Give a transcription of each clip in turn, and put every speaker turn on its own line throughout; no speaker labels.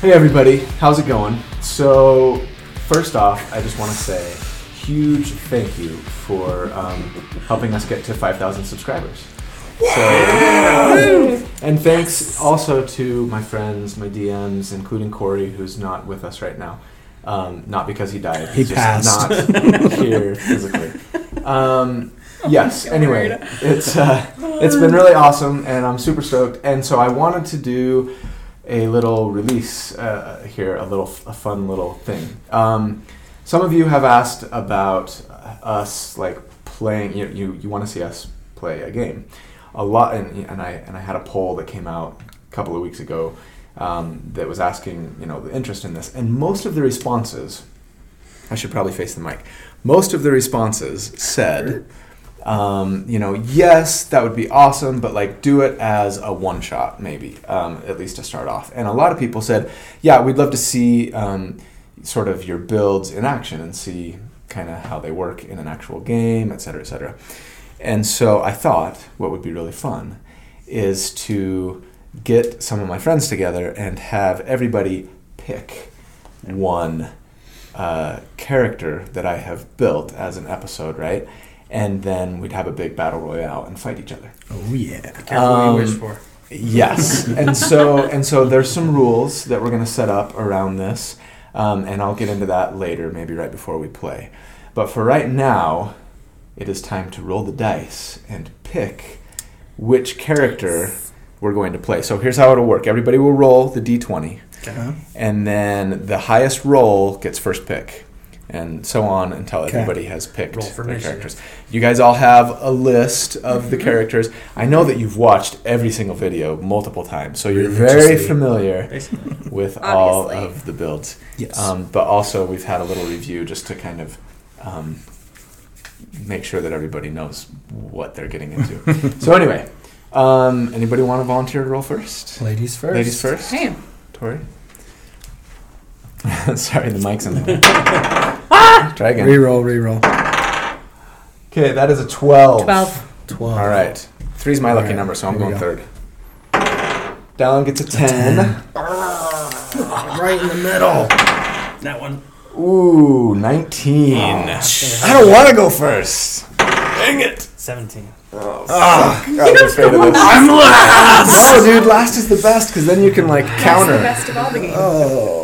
Hey everybody, how's it going? So, first off, I just want to say huge thank you for um, helping us get to 5,000 subscribers. So, and thanks also to my friends, my DMs, including Corey, who's not with us right now. Um, not because he died.
He
He's
passed.
just not here physically. Um, yes. Anyway, it's uh, it's been really awesome, and I'm super stoked. And so I wanted to do a little release uh, here, a little a fun little thing. Um, some of you have asked about uh, us like playing. You you, you want to see us play a game a lot, and, and I and I had a poll that came out a couple of weeks ago um, that was asking you know the interest in this, and most of the responses. I should probably face the mic. Most of the responses said, um, you know, yes, that would be awesome, but like do it as a one shot, maybe, um, at least to start off. And a lot of people said, yeah, we'd love to see um, sort of your builds in action and see kind of how they work in an actual game, et cetera, et cetera. And so I thought what would be really fun is to get some of my friends together and have everybody pick one uh, character that I have built as an episode, right? And then we'd have a big battle royale and fight each other.
Oh yeah.
Careful what
Um,
you wish for.
Yes, and so and so there's some rules that we're going to set up around this, um, and I'll get into that later, maybe right before we play. But for right now, it is time to roll the dice and pick which character we're going to play. So here's how it'll work: everybody will roll the d20,
Okay.
and then the highest roll gets first pick, and so on until
Okay.
everybody has picked
Roll for
their
initiative.
characters. You guys all have a list of
Mm-hmm.
the characters. I know that you've watched every single video multiple times, so you're very
Religiously.
familiar
Basically.
with all
Obviously.
of the builds.
Yes.
Um, but also, we've had a little review just to kind of um, make sure that everybody knows what they're getting into. so anyway, um, anybody want to volunteer to roll first?
Ladies first.
Ladies first.
Damn.
Tori? Sorry, the mic's in the way.
Ah!
Try again.
Reroll, reroll.
Okay, that is a 12.
Twelve.
Twelve.
All right. Three's my
All
lucky
right,
number, so I'm
here we
going
go.
third. Dallin gets a 10.
Right in the middle.
That one.
Ooh, 19. I
Oh,
Damn,
don't want to go first. Dang it.
17.
I was afraid of this. I'm last. No, dude, last is the best because then you can, like,
That's the
counter.
best of all the games.
Oh,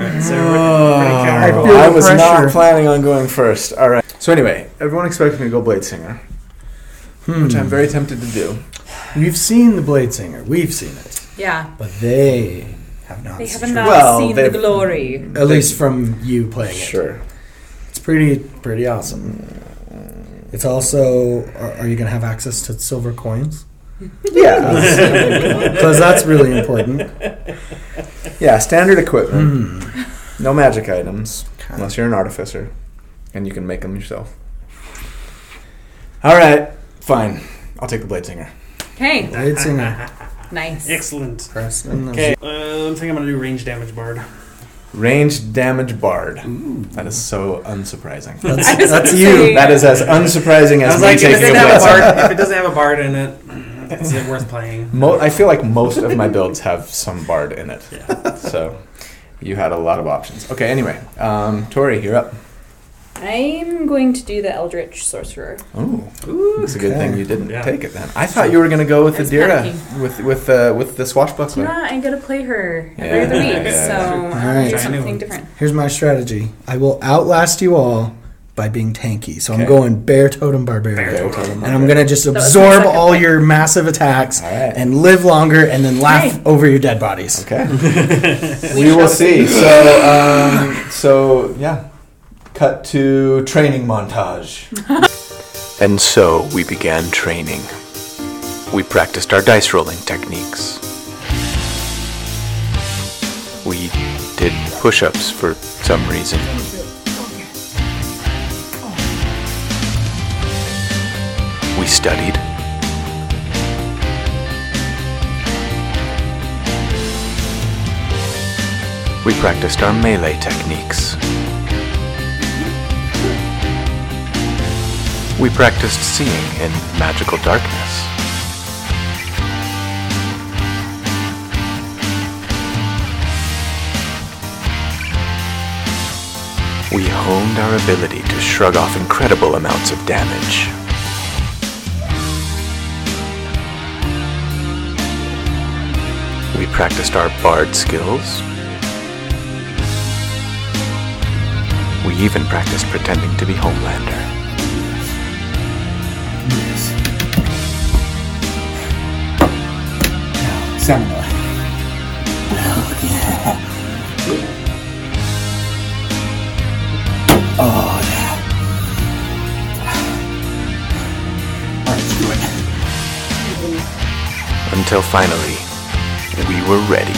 Alright, so we're,
I
we're
feel
I
the
was
pressure.
not planning on going first. All right. So anyway, everyone expected me to go Blade Singer, which
Hmm.
I'm very tempted to do.
We've seen the Blade Singer. We've seen it,
Yeah.
but they have not.
They
seen
have
it.
not
Well,
seen the
they've-
glory.
At least from you playing it.
Sure.
It's pretty, pretty awesome. It's also. Are, are you gonna have access to silver coins?
Yeah.
Because that's really important.
yeah. Standard equipment.
Hmm.
No magic items
Okay.
unless you're an artificer, and you can make them yourself. All right. Fine. I'll take the Blade Singer.
Hey,
Blade Singer.
nice.
Excellent.
Preston.
Okay, um, I think I'm gonna do range damage bard.
Range damage bard. That is so unsurprising.
That's,
was
that's
gonna
you.
say-
that is as unsurprising
I
as
was
me
like, if it,
taking a
doesn't have
Blade
a
Singer.
bard, if it doesn't have a bard in it, is it worth playing?
Mo- I feel like most of my builds have some bard in it. So you had a lot of options. Okay, anyway, um, Tori, you're up.
I'm going to do the Eldritch Sorcerer.
Oh, it's a good
okay.
thing you didn't
Yeah.
take it then. I thought you were going to go with
I
the
was
Dira,
panicking.
with with uh, with the swashbuckler.
Yeah, I'm gonna play her every
Yeah,
other week,
yeah,
so
yeah.
I'll
Alright.
do
Try new
something
ones.
different.
Here's my strategy. I will outlast you all by being tanky. So
Okay.
I'm going bear totem barbarian.
Bear
Okay, tell them
And
about
I'm
it.
gonna just
was my
absorb
second
all
one.
your massive attacks
All right.
and live longer and then laugh
Hey.
over your dead bodies.
Okay. we will see. So um, so yeah. Cut to training montage. and so we began training. We practiced our dice rolling techniques. We did push ups for some reason. We studied. We practiced our melee techniques. We practiced seeing in magical darkness.
honed our ability to shrug off incredible amounts of damage. We practiced our bard skills. We even practiced pretending to be Homelander.
Samurai.
until finally we were ready.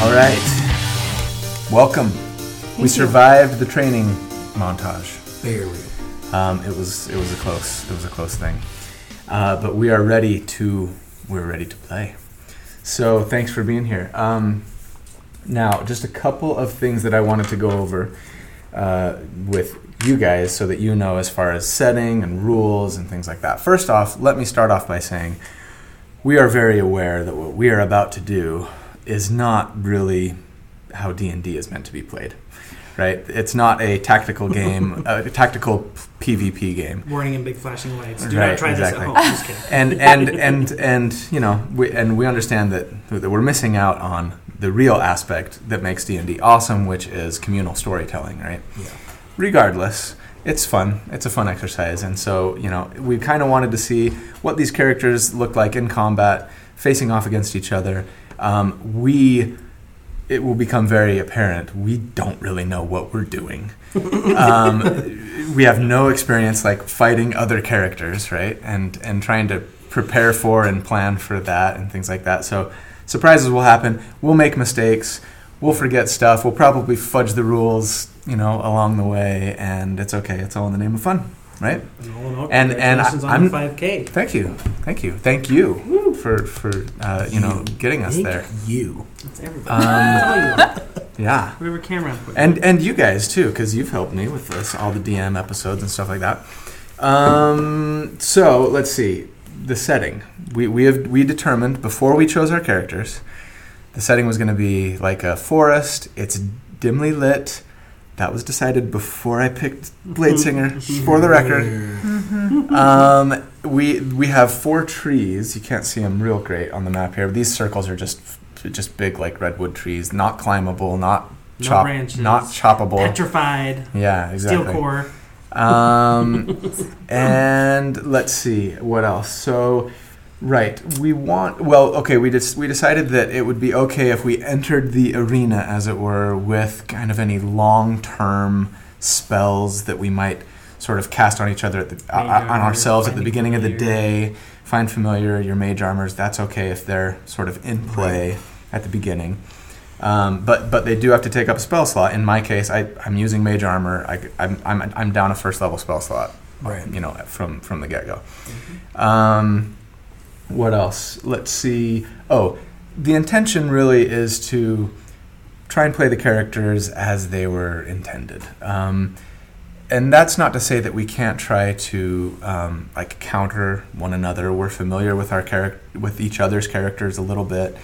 All right. Welcome. we survived the training montage.
Barely.
Um, it was it was a close it was a close thing, uh, but we are ready to we're ready to play. So thanks for being here. Um, now, just a couple of things that I wanted to go over uh, with you guys, so that you know as far as setting and rules and things like that. First off, let me start off by saying we are very aware that what we are about to do is not really how D and D is meant to be played. Right? It's not a tactical game, a tactical PvP game.
Warning and big flashing lights. Do
Right,
not try
exactly.
this at home. Just
and
kidding.
and and and you know we and we understand that that we're missing out on the real aspect that makes D&D awesome which is communal storytelling right
Yeah.
regardless it's fun it's a fun exercise and so you know we kind of wanted to see what these characters look like in combat facing off against each other um, we it will become very apparent we don't really know what we're doing um, we have no experience like fighting other characters, right? And and trying to prepare for and plan for that and things like that. So surprises will happen. We'll make mistakes. We'll forget stuff. We'll probably fudge the rules, you know, along the way, and it's okay. It's all in the name of fun, right?
And all in all,
And- and I-
congratulations on
I'm-
the 5K.
Thank you, thank you, thank you for for uh, you know getting us
Thank
there.
You.
That's everybody.
Um,
That's all you.
Yeah.
We were camera.
and and you guys too, because you've helped me with this, all the DM episodes and stuff like that. Um, so let's see the setting. We we have we determined before we chose our characters, the setting was going to be like a forest. It's dimly lit. That was decided before I picked Blade Singer, for the record um, we we have four trees. You can't see them real great on the map here. But these circles are just just big like redwood trees, not climbable, not
No
chop,
branches.
not choppable.
Petrified.
yeah, exactly.
Steel core.
Um, and let's see what else. So, right, we want. Well, okay, we just we decided that it would be okay if we entered the arena, as it were, with kind of any long-term spells that we might sort of cast on each other at the, uh,
Mage
on
armor,
ourselves at the
finding
beginning of the
familiar.
day. Find familiar, your mage armors. That's okay if they're sort of in play at the beginning. Um, but but they do have to take up a spell slot. In my case, I, I'm using mage armor. I, am I'm, I'm down a first level spell slot.
Right.
You know, from from the get go. Um, what else? Let's see. Oh, the intention really is to try and play the characters as they were intended. Um, and that's not to say that we can't try to um, like counter one another. We're familiar with our charac- with each other's characters a little bit,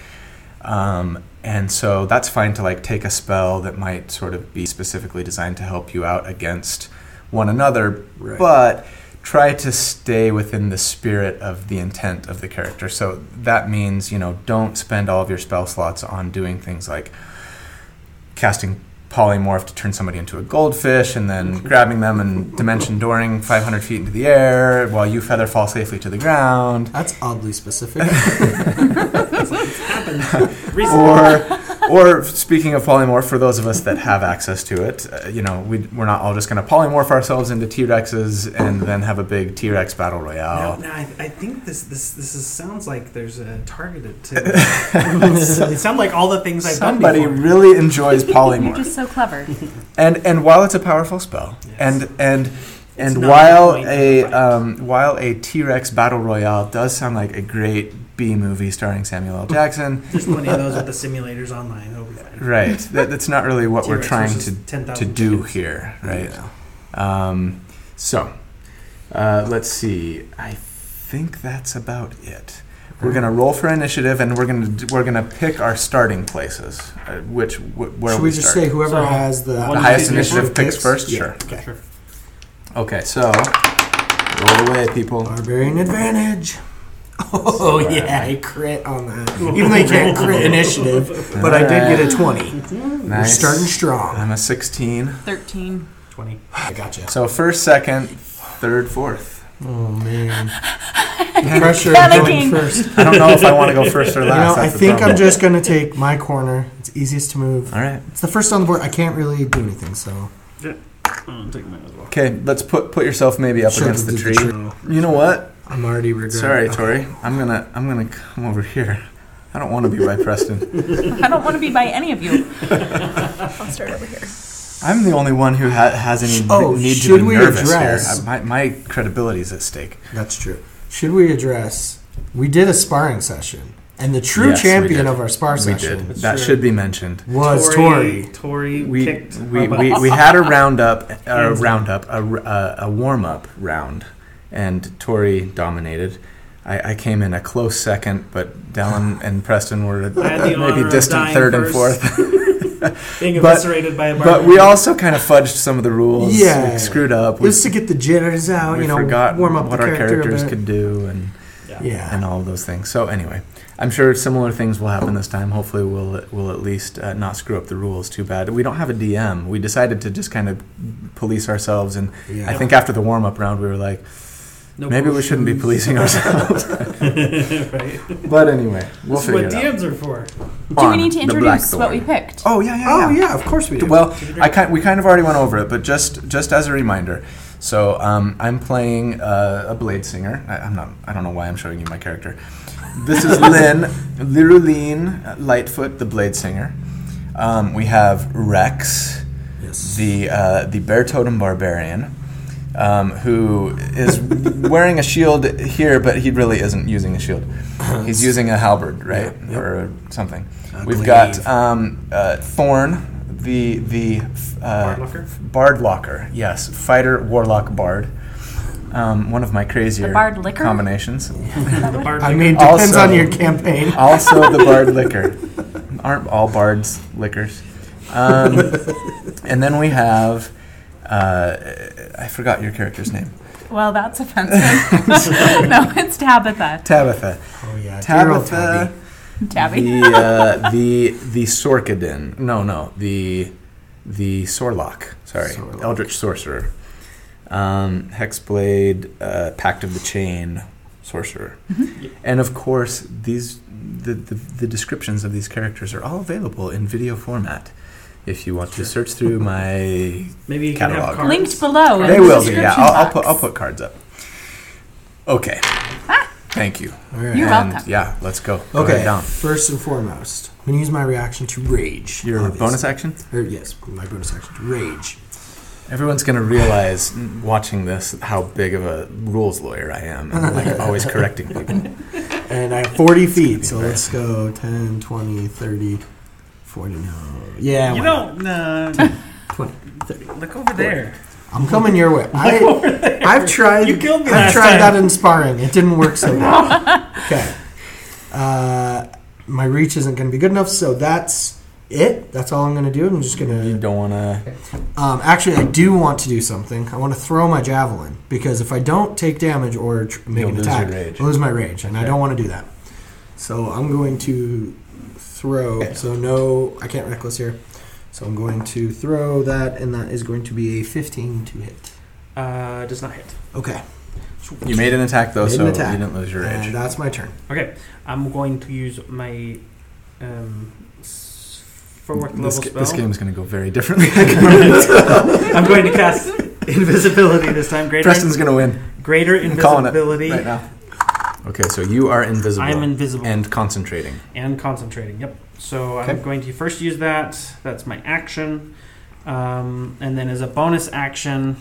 um, and so that's fine to like take a spell that might sort of be specifically designed to help you out against one another,
Right.
but try to stay within the spirit of the intent of the character. So that means you know don't spend all of your spell slots on doing things like casting polymorph to turn somebody into a goldfish and then grabbing them and dimension dooring 500 feet into the air while you feather fall safely to the ground
That's oddly specific.
Recently.
or or speaking of polymorph for those of us that have access to it uh, you know we, we're not all just going to polymorph ourselves into t-rexes and then have a big t-rex battle
Now,
royale
now I, I think this this this is, sounds like there's a targeted to. it sounds like all the things I've
somebody
done before.
really enjoys
You're
polymorph
just so clever.
and and while it's a powerful spell
Yes.
and and and
not
while
quite
a
right.
um, while a T-Rex battle royale does sound like a great B movie starring Samuel L. Jackson,
There's plenty of those with the simulators online. It'll be fine.
right? That, that's not really what we're
T-Rex
trying
versus
to
10,000
to do
chickens.
here, right? Um, so, uh, let's see. I think that's about it. We're gonna roll for initiative, and we're gonna d- we're gonna pick our starting places, uh, which wh- where
Should
we,
we just
start.
say whoever
So,
has the,
the
One
highest
pick first,
initiative picks first?
Yeah.
Sure.
Okay.
Sure.
Okay, so roll away, people.
Barbarian advantage. Oh yeah, I crit on that. Even though you can't crit initiative, but I did get a twenty. We're
Nice. Uh,
starting strong.
I'm a 16.
13.
20.
I gotcha.
So first, second, third, fourth.
Oh man, the pressure of
Panicking.
going first.
I don't know if I want to go first or
You know,
last.
I
that's the
think I'm
problem.
just gonna take my corner. It's easiest to move.
All right.
It's the first on the board. I can't really do anything, so
Oh, I'm taking mine as well.
Okay, let's put put yourself maybe up
Should
against the
do
tree. You know what?
I'm already regretting.
Sorry, Tori. I'm gonna I'm gonna come over here. I don't want to be by Preston.
I don't want to be by any of you. I'll start over here.
I'm the only one who ha- has any
Oh,
need to
should
be
we
nervous
address-
here. I, my, my credibility is at stake.
That's true. Should we address? We did a sparring session, and the true
Yes, we
champion
did.
of our spar
we
session
did.
That's
That
true.
should be mentioned.
was Tori.
Tori
We
kicked.
we,
our butt.
we, we had a roundup, a
Hands up.
roundup, a, r- a, a warm up round, and Tori dominated. I, I came in a close second, but Dallin and Preston were
I had the honor
maybe
of
distant
dying
third and
first.
fourth.
Being
but-
eviscerated by a
But we also kind of fudged some of the rules.
Yeah.
we screwed up. We,
Just to get the jitters out,
we
you know,
forgot
warm up
what
the
our
character a
characters
bit.
could do and
Yeah.
and all of those things. So anyway, I'm sure similar things will happen this time. Hopefully, we'll we'll at least uh, not screw up the rules too bad. We don't have a DM. We decided to just kind of police ourselves, and
yeah.
I think after the warm up round, we were like,
No
maybe we shouldn't be policing ourselves.
right.
but anyway, we'll
That's
figure
what
it out.
DMs are for.
Do we
On
need to
the
introduce what
Blackthorn.
we picked?
Oh yeah, yeah,
Oh
yeah.
yeah, of course we do.
Well, I kind, we kind of already went over it, but just just as a reminder. So um, I'm playing uh, a blade singer. I, I'm not. I don't know why I'm showing you my character. This is Lynn Liruline Lightfoot, the blade singer. Um, we have Rex,
yes.
the uh, the bear totem barbarian, um, who is wearing a shield here, but he really isn't using a shield. He's using a halberd, right,
Yeah, yeah.
or something.
I
We've
believe.
got um, uh, Thorn, the the uh,
Bardlocker?
bard locker, yes, fighter warlock bard. Um, one of my crazier
bard licker?
combinations.
The bard
I
licker.
mean, depends
also-
on your campaign.
Also, the bard liquor. Aren't all bards liquors? Um, and then we have. Uh, I forgot your character's name.
Well, that's offensive. no, it's Tabitha.
Tabitha.
Oh yeah, two-year-old
Tabitha.
Tabby.
The, uh, the the Sorkadin. No, no. The the Sorlock. Sorry,
Sorlock.
Eldritch Sorcerer. Um, Hexblade, uh, Pact of the Chain, Sorcerer,
Mm-hmm.
and of course these the, the the descriptions of these characters are all available in video format. If you want to search through my
Maybe
catalog.
you can have cards.
Linked below. in
They
Oh, the
will be. Yeah,
description
I'll, I'll
box.
put I'll put cards up. Okay. Thank you.
All right.
Ah. You're
and
welcome.
yeah, let's go. Go ahead
Okay.
down.
First and foremost, I'm gonna use my reaction to rage.
Your
obviously.
bonus action.
Or, yes, my bonus action to rage.
Everyone's gonna realize n- watching this how big of a rules lawyer I am, and like always correcting people.
And I have 40 feet, so let's go 10, 20, 30, 40. No. Yeah.
You
why not?
don't. Uh,
20,
look over there.
I'm coming your way. I, I've tried.
You killed me
I've
last
tried
time.
that in sparring. It didn't work so well. okay. Uh, my reach isn't going to be good enough, so that's it. That's all I'm going to do. I'm just going
You
to.
don't wanna.
Um, actually, I do want to do something. I want to throw my javelin because if I don't take damage or tr- make
You'll
an
lose
attack,
your rage.
I lose my rage, and I
Okay.
don't want to do that. So I'm going to throw. So no, I can't reckless here. So I'm going to throw that, and that is going to be a 15 to hit.
Uh, does not hit.
Okay.
You made an attack though,
Made an
so
attack.
you didn't lose your
And
rage.
that's my turn.
Okay, I'm going to use my um, s- fourth level
This, ga-
spell.
this game's gonna go very differently.
I'm going to cast invisibility this time. Greater,
Preston's gonna win
greater
I'm calling it
invisibility.
right now. Okay, so you are invisible
I'm invisible and,
and concentrating.
concentrating. Yep. So
Okay.
I'm going to first use that. That's my action, um, and then as a bonus action,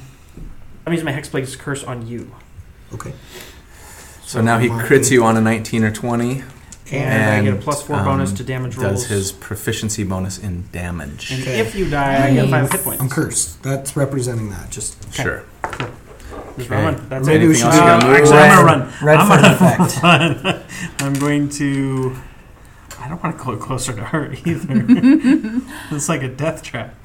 I'm using my hexblade's curse on you.
Okay.
So now he crits you on a 19 or 20.
And, I get a
And,
plus four bonus
um,
to damage rolls.
Does his proficiency bonus in damage.
and
Okay.
if you die, I get five hit
I'm
points.
cursed. That's representing that. Just
Sure.
Just
Okay.
run. That's
Maybe
it.
Anything
we should
else
do
you
Uh,
gotta
actually,
move?
I'm gonna
Red-
run.
red
I'm
for
gonna
effect.
run. I'm going to. I don't want to go closer to her either. it's like a death trap.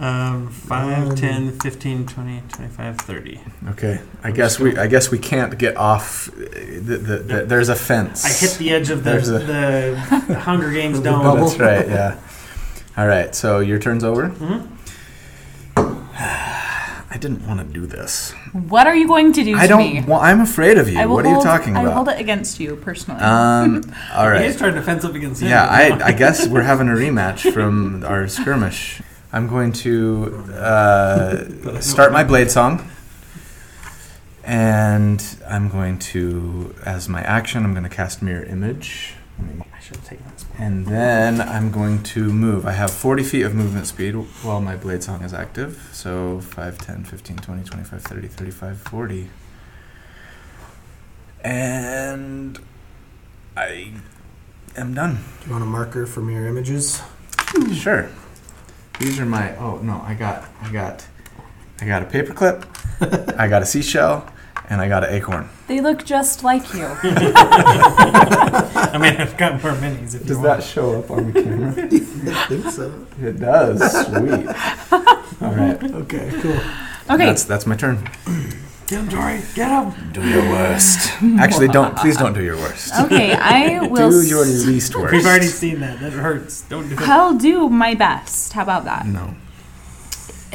Um, 5,
Um,
10, 15, 20, 25, 30.
Okay. I guess we. I guess we can't get off. uh, The, the, the, there's a fence.
I hit the edge of the,
There's a-
the Hunger Games
The
dome.
bubble.
That's right. Yeah. All right. So your turn's over.
Mhm.
I didn't want to do this.
What are you going to do
I
to
don't.
me?
wa- I'm afraid of you.
I will
What are you
hold-
talking
I will hold
about?
it against you personally.
Um. All
He
right.
is trying to fence up against him.
Yeah. I. I guess we're having a rematch from our skirmish. I'm going to uh, start my blade song. And I'm going to, as my action, I'm going to cast Mirror Image. Let me
I should take that.
And then I'm going to move. I have 40 feet of movement speed while my blade song is active. So 5, 10, 15, 20, 25, 30, 35, 40. And I am done.
Do you want a marker from your images?
Sure. These are my Oh, no. I got I got I got a paperclip. I got a seashell and I got an acorn.
they look just like you.
I mean, I've got more minis if you want.
show up on the camera?
I think so.
it does. Sweet. All right.
Okay, cool.
Okay,
That's that's my turn.
Get him, Dory. Get him.
Do your worst. Actually, don't. Please don't do your worst.
okay, I will.
do your
s-
least worst.
We've already seen that. That hurts. Don't do that.
I'll do my best. How about that?
No. Mm.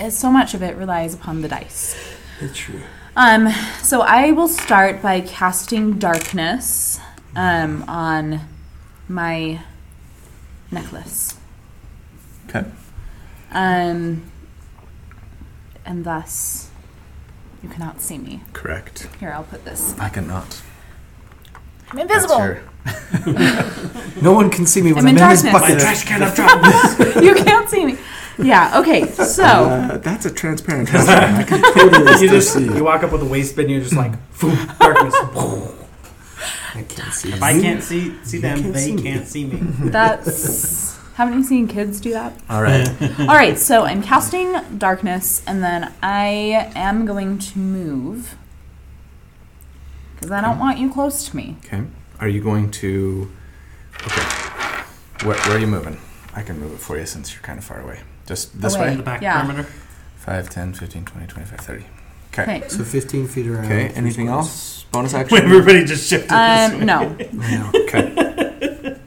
Uh, So much of it relies upon the dice.
It's true.
Um, so I will start by casting darkness um, on my necklace.
'Kay.
Um, and thus you cannot see me.
Correct.
Here, I'll put this.
I cannot.
I'm
That's
invisible.
your-
No one can see me when
I'm
I'm,
in
in, this
darkness.
My
bucket.
trash can. I've dropped this.
you can't see me. Yeah. Okay. So
Uh, that's a transparent question. I can
you
totally
just
see
you
it.
walk up with a waste bin. You're just like, boom, darkness.
I can't see.
if I
you.
can't see see them,
can't
they
see me.
can't see me.
that's. Haven't you seen kids do that?
All right.
All right. So I'm casting darkness, and then I am going to move because I don't want you close to me.
Okay. Are you going to? Okay. Where, where are you moving? I can move it for you since you're kind of far away. Just this
Away.
way.
In the back
Yeah.
perimeter.
5, 10, 15, 20, 25, 30.
Okay.
So 15 feet around.
Okay. Anything else? Bonus
Wait,
action.
everybody just shifted.
Um. No.
No.
Okay.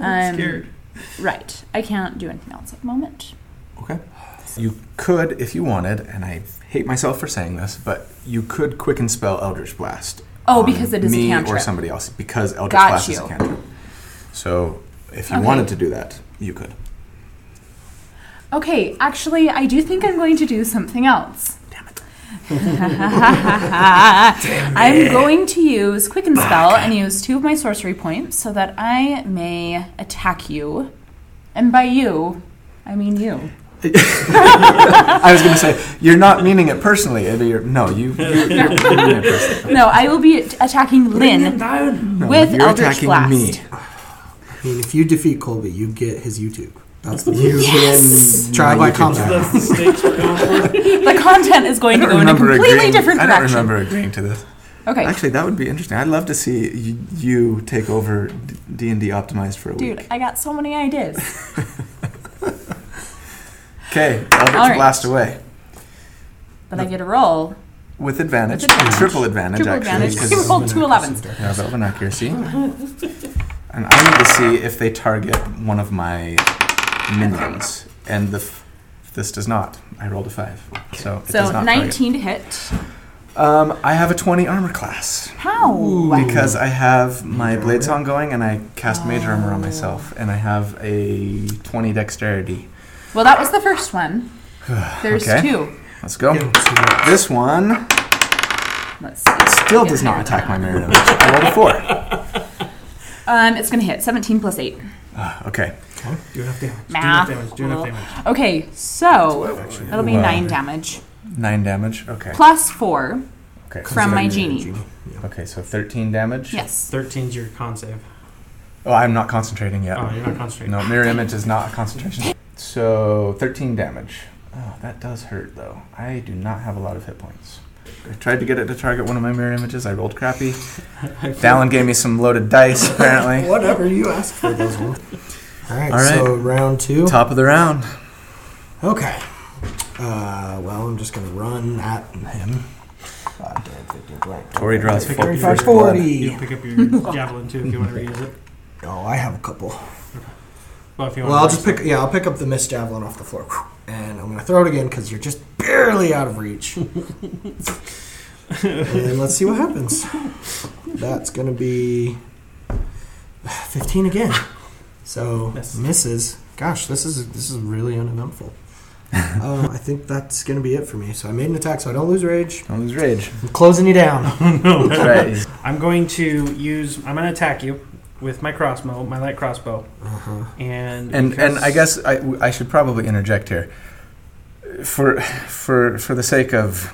Um,
scared.
Right. I can't do anything else at the moment.
You could, if you wanted, and I hate myself for saying this, but you could quicken spell Eldritch Blast
Oh,
on
because it is
me
a cantrip.
or somebody else because Eldritch
Got
Blast is a
you.
cantrip. So if you
Okay.
wanted to do that, you could.
Okay, actually, I do think I'm going to do something else. Damn it. I'm going to use Quicken Spell and use two of my sorcery points so that I may attack you. And by you, I mean you.
I was going to say you're not meaning it personally. Eddie, You're, no, you. you you're meaning it personally.
No, I will be at- attacking
Get
Lynn
down.
No,
with
you're
Eldritch
attacking
Blast.
me.
I mean, if you defeat Colby, you get his YouTube. That's the
You yes!
Try by combat.
That's the stakes we're going for.
The content is
I
going to
don't
go in a
remember
completely
agreeing.
different
I
direction.
don't remember agreeing to this.
Okay,
Actually, that would be interesting. I'd love to see you, you take over D and D optimized for a
dude,
week.
I got so many ideas.
Okay, Eldritch
All right.
Blast away
But I get a roll.
with advantage,
With advantage.
triple advantage,
Triple
actually.
advantage.
'cause-
You rolled two 11s.
Yeah, Velvet Accuracy. and I need to see if they target one of my minions. And the f- this does not. I rolled a 5. So it does
So
not
19 to hit.
target. Um, I have a 20 armor class.
How?
Because I have my Blade Song going and I cast Mage Armor on myself. And I have a 20 dexterity.
Well, that was the first one. There's
Okay.
two.
Let's go.
Yeah.
This one
Let's see.
still
Yeah,
does
fair
not attack my mirror image. I rolled a 4.
Um, it's gonna hit 17 plus 8.
Ah, Okay.
Do enough damage.
Math.
Do enough damage. Do enough damage.
Okay, so that'll be
Wow.
nine damage
9 damage. Okay.
plus four
Okay.
from my genie.
Okay, so 13 damage.
Yes.
13's your con save.
Oh, I'm not concentrating yet.
Oh, you're not concentrating.
No, mirror image is not a concentration. So 13 damage. Oh, that does hurt though. I do not have a lot of hit points. I tried to get it to target one of my mirror images. I rolled crappy. Dallin gave me some loaded dice, apparently.
Whatever you ask for, those ones. All right,
All right.
so round two.
Top of the round.
Okay. Uh, well, I'm just going to run at him. God damn, 15, 20.
Tori draws
Pick
four.
up your-
first blood.
You can
Forty.
pick up your javelin too if you want to reuse it.
Oh, I have a couple.
Well, if you want
Well, I'll just pick. Yeah, I'll pick up the mist javelin off the floor, and I'm gonna throw it again because you're just barely out of reach. and let's see what happens. That's gonna be fifteen again. So
Miss.
misses. Gosh, this is this is really uneventful. uh, I think that's gonna be it for me. So I made an attack, so I don't lose rage.
Don't lose rage.
I'm closing you down.
That's right.
I'm going to use. I'm going to attack you with my crossbow, my light crossbow,
Uh-huh.
and
And and
because-
I guess I, I should probably interject here. For for for the sake of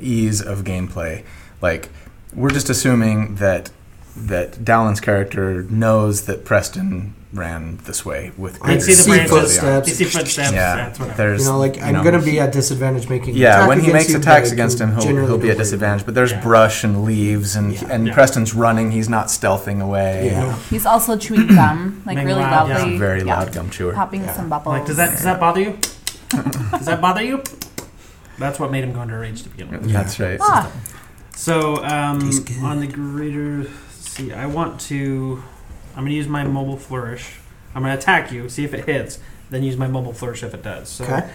ease of gameplay, like we're just assuming that that Dallin's character knows that Preston ran this way with
I
you
greater
see the
see
certainty.
footsteps.
branches. You see footsteps.
Yeah,
That's what I-
there's
You know, like I'm gonna be at disadvantage making. an
yeah
attack
when he
against
makes
you, but
attacks
I
against
can
him he'll,
generally
he'll be at
avoid it.
disadvantage but there's
Yeah.
brush and leaves and
Yeah.
and
Yeah.
preston's running he's not stealthing away
Yeah.
He's also chewing gum, like
Being
really
loud, yeah.
loudly.
very
yeah,
loud gum chewer
Popping
Yeah.
some
I'm
bubbles.
like, does that does that bother you? does that bother you? That's what made him go into rage to begin with.
that's right
Ah,
So um,
Tastes good.
on the greater, see, I want to. I'm going to use my mobile flourish. I'm going to attack you, see if it hits, then use my mobile flourish if it does. So
Okay.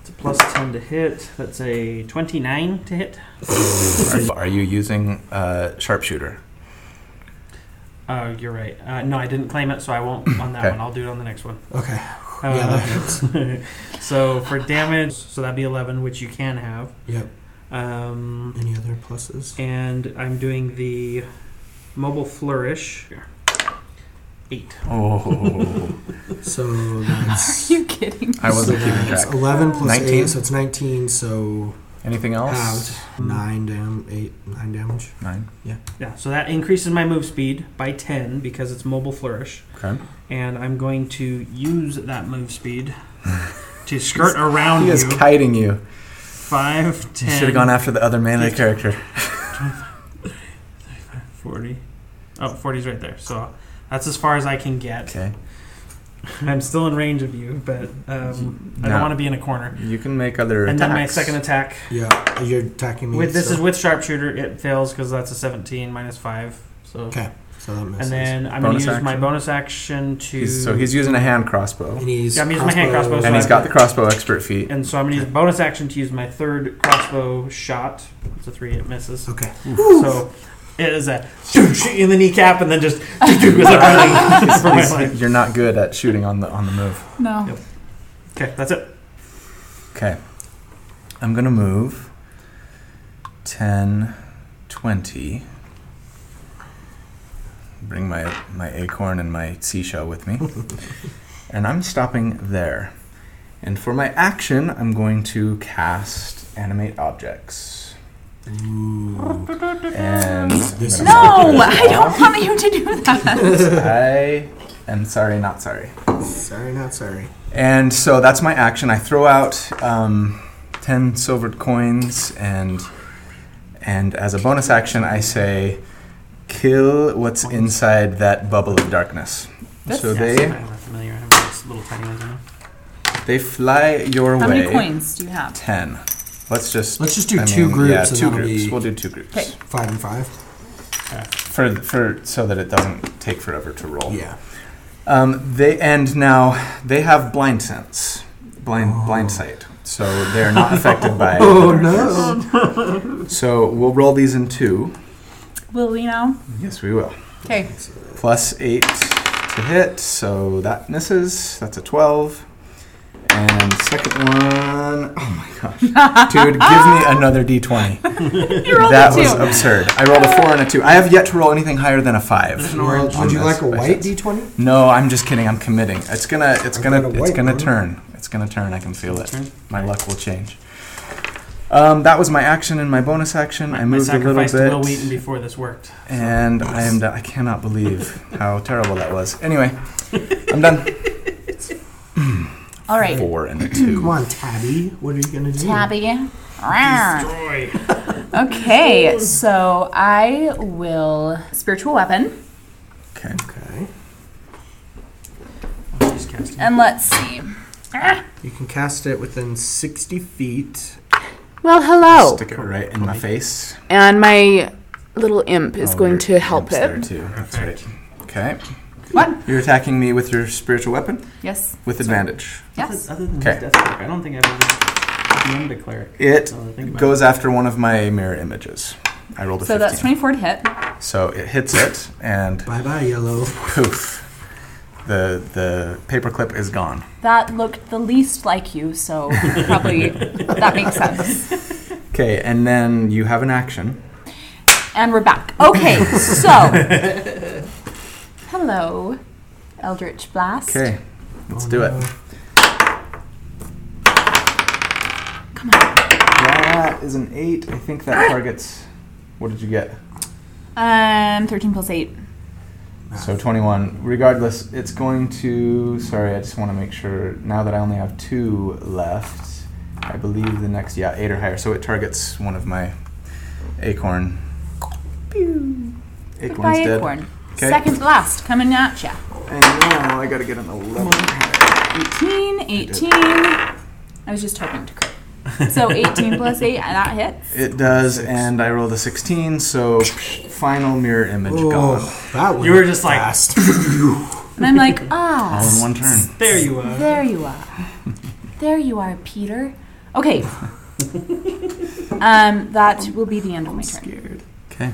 it's a plus ten to hit. That's a twenty-nine to hit.
are, you, are you using uh, sharpshooter
Oh, you're right. Uh, no, I didn't claim it, so I won't on that
Okay.
one. I'll do it on the next one.
Okay. Yeah, that
Uh,
hits.
so for damage, so that'd be eleven, which you can have.
Yep.
Um,
Any other pluses?
and I'm doing the mobile flourish. Eight.
oh
So that's.
are you kidding?
i wasn't
so
keeping
that's
track
11 plus
19?
8, so it's 19, so
anything
Ah,
else
halved. 9 dam 8, 9 damage.
nine
Yeah, so that increases my move speed by 10 because it's mobile flourish.
okay
And I'm going to use that move speed to skirt around
he
you.
is kiting you
5,
you should have gone after the other melee character
40. Oh, 40's right there. So that's as far as I can get.
okay
I'm still in range of you, but um,
No.
I don't want to be in a corner.
you can make other
And then my
attacks.
second attack.
Yeah, you're attacking me.
With this
so,
is with sharpshooter. It fails because that's a 17 minus 5. So
Okay, so that
and
misses.
then I'm going
Bonus
to use my
action.
bonus action to
he's, so he's using a hand crossbow
And he's
Yeah, I'm using my hand crossbow, so
and he's
I-
got the crossbow expert feat
And so I'm going to use bonus action to use my third crossbow shot. It's a three, it misses.
Okay.
So it is a shoot in the kneecap and then just with a rally for my life.
you're not good at shooting on the on the move
No.
Yep. Okay, that's it.
Okay. I'm going to move 10, 20. Bring my, my acorn and my seashell with me. and I'm stopping there. And for my action, I'm going to cast Animate Objects.
Ooh.
And I'm
This
gonna
is-
put this
No, I
off.
don't want you to do that.
I am sorry, not sorry.
Sorry, not sorry.
And so that's my action. I throw out um, ten silvered coins, and and as a bonus action, I say, "Kill what's inside that bubble of darkness." so
Yeah,
they
I'm not familiar. I have these little tiny ones now.
they fly your
How
way.
many coins do you have?
Ten. Let's just
Let's just do
I
two
mean,
groups
Yeah,
and
two
that'll
groups.
be
We'll do two groups
'Kay.
5 and 5.
for for so that it doesn't take forever to roll.
Yeah.
Um, they and now they have blind sense, blind
Oh.
blind sight, so they're not affected by.
Oh,
the
no.
darkness. So we'll roll these in two.
Will we now?
Yes, we will.
Okay.
Plus eight to hit, so that misses. That's a 12. And second one, oh my gosh. Dude, give me another d20.
You rolled
That
a
was
two.
absurd. I rolled a 4 and a 2. I have yet to roll anything higher than a 5.
Well,
on
would you
this
like a
by
white
chance.
d20?
No, I'm just kidding. I'm committing. It's gonna it's
I've
gonna
got a
it's
white
gonna
one.
turn. It's gonna turn. I can feel it.
Turn.
My luck will change. Um, that was my action and my bonus action.
My,
I
my
moved a little
sacrifice
bit.
to Will Wheaton before this worked.
And I am done. I cannot believe how terrible that was. Anyway, I'm done.
All right.
Four and a
Come
two.
on, Tabby. What are you going to do?
Tabby. Rawr.
Destroy.
Okay, so I will spiritual weapon,
Okay.
Okay.
I'm just casting.
and let's see. Ah,
You can cast it within 60 feet.
Well, hello.
Stick it right in my face.
And my little imp is
Oh,
going
your
to help
imp's There
it.
too. That's right. Okay.
What?
You're attacking me with your spiritual weapon
Yes.
with advantage.
Yes.
Other than
Okay.
this death cleric, I don't think I've ever named a cleric.
It
Now that I think about
goes after one of my mirror images. I rolled a
So
15.
that's 24 to hit.
So it hits it, and
Bye bye, yellow.
poof, the the paperclip is gone.
That looked the least like you, so probably that makes sense.
Okay, and then you have an action.
And we're back. Okay, so. Hello, Eldritch Blast.
Okay, let's do it.
Come on.
That is an eight. I think that targets. What did you get?
Um, 13 plus 8.
So 21. Regardless, it's going to. Sorry, I just want to make sure. Now that I only have two left, I believe the next. Yeah, eight or higher. So it targets one of my acorn. Pew. Acorn's
Goodbye,
dead.
Acorn.
Okay.
Second last, coming at ya.
And now I gotta get an 11.
18, 18. I was just hoping to crit. So 18 plus 8, and that hits.
It does, and I rolled a 16, so final mirror image gone.
Oh, that one.
You were just like-
fast.
And I'm like,
All
ah,
in one turn.
it. There you are.
there you are. There you are, Peter. Okay. Um, that will be the end of my turn.
Scared.
Okay.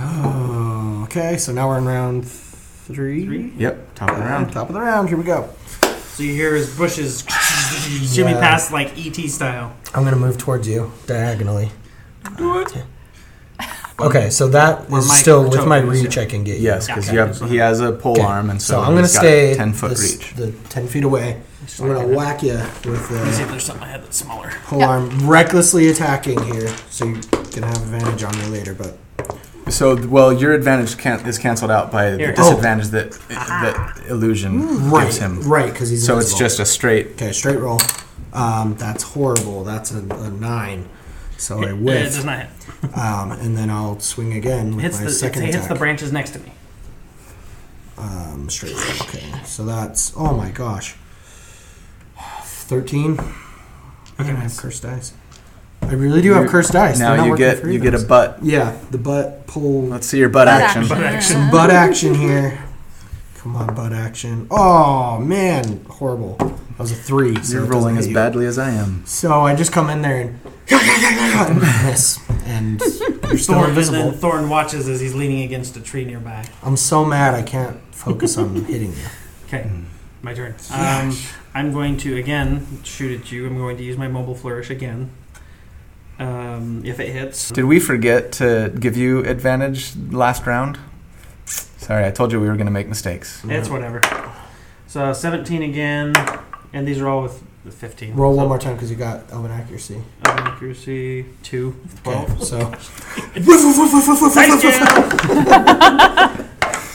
Oh, okay, so now we're in round three.
Three.
Yep, top of the
Round
round.
top of the round. Here we go.
So you hear his bushes shimmy
Yeah.
past like ET style.
I'm gonna move towards you diagonally. Okay, so that
Or
is
my
still with my
tokens,
reach. I can get you.
Yes, because
Okay.
you have he has a pole
Okay.
arm, and so,
So, I'm gonna
he's got
stay
10 foot
this-
reach.
the ten feet away. I'm gonna whack you with
Let me see
the
if there's something I had that's smaller.
pole arm, recklessly attacking here, so you can have advantage on me later. But
So, well, your advantage can, is canceled out by
Here. Ah.
the disadvantage that that illusion
Oh. right,
gives him.
right, because he's
So it's
invincible.
just a straight.
okay. Straight roll. Um, that's horrible. That's a, a nine. So I
It- It does
whiff,
not hit.
um, and then I'll swing again with
Hits
my
the, it
second
hits the
attack.
branches next to me.
um, straight roll. Okay, so that's oh my gosh, thirteen. I don't have cursed dice. I really do have
You-
cursed dice. They're
Now
not
you
working
get
for either
you
of
get a Uh.
us.
butt.
Yeah, the butt pull.
Let's see your butt, action.
But action.
Some butt action here. Come on, butt action. Oh man, horrible. That was a three. so
You're
it doesn't
rolling
hit
as
you.
badly as I am.
So I just come in there and and miss, and you're still
Thorn, and
invisible.
then Thorn watches as he's leaning against a tree nearby.
I'm so mad I can't focus on hitting you.
Okay, my turn. Um, I'm going to again shoot at you. I'm going to use my mobile flourish again. Um, if it hits,
Did we forget to give you advantage last round? Sorry, I told you we were going to make mistakes.
it's whatever. So 17 again, and these are all with the 15.
Roll
so,
one more time because you got open accuracy.
um, Accuracy two, twelve.
Okay, so.
Nice jam!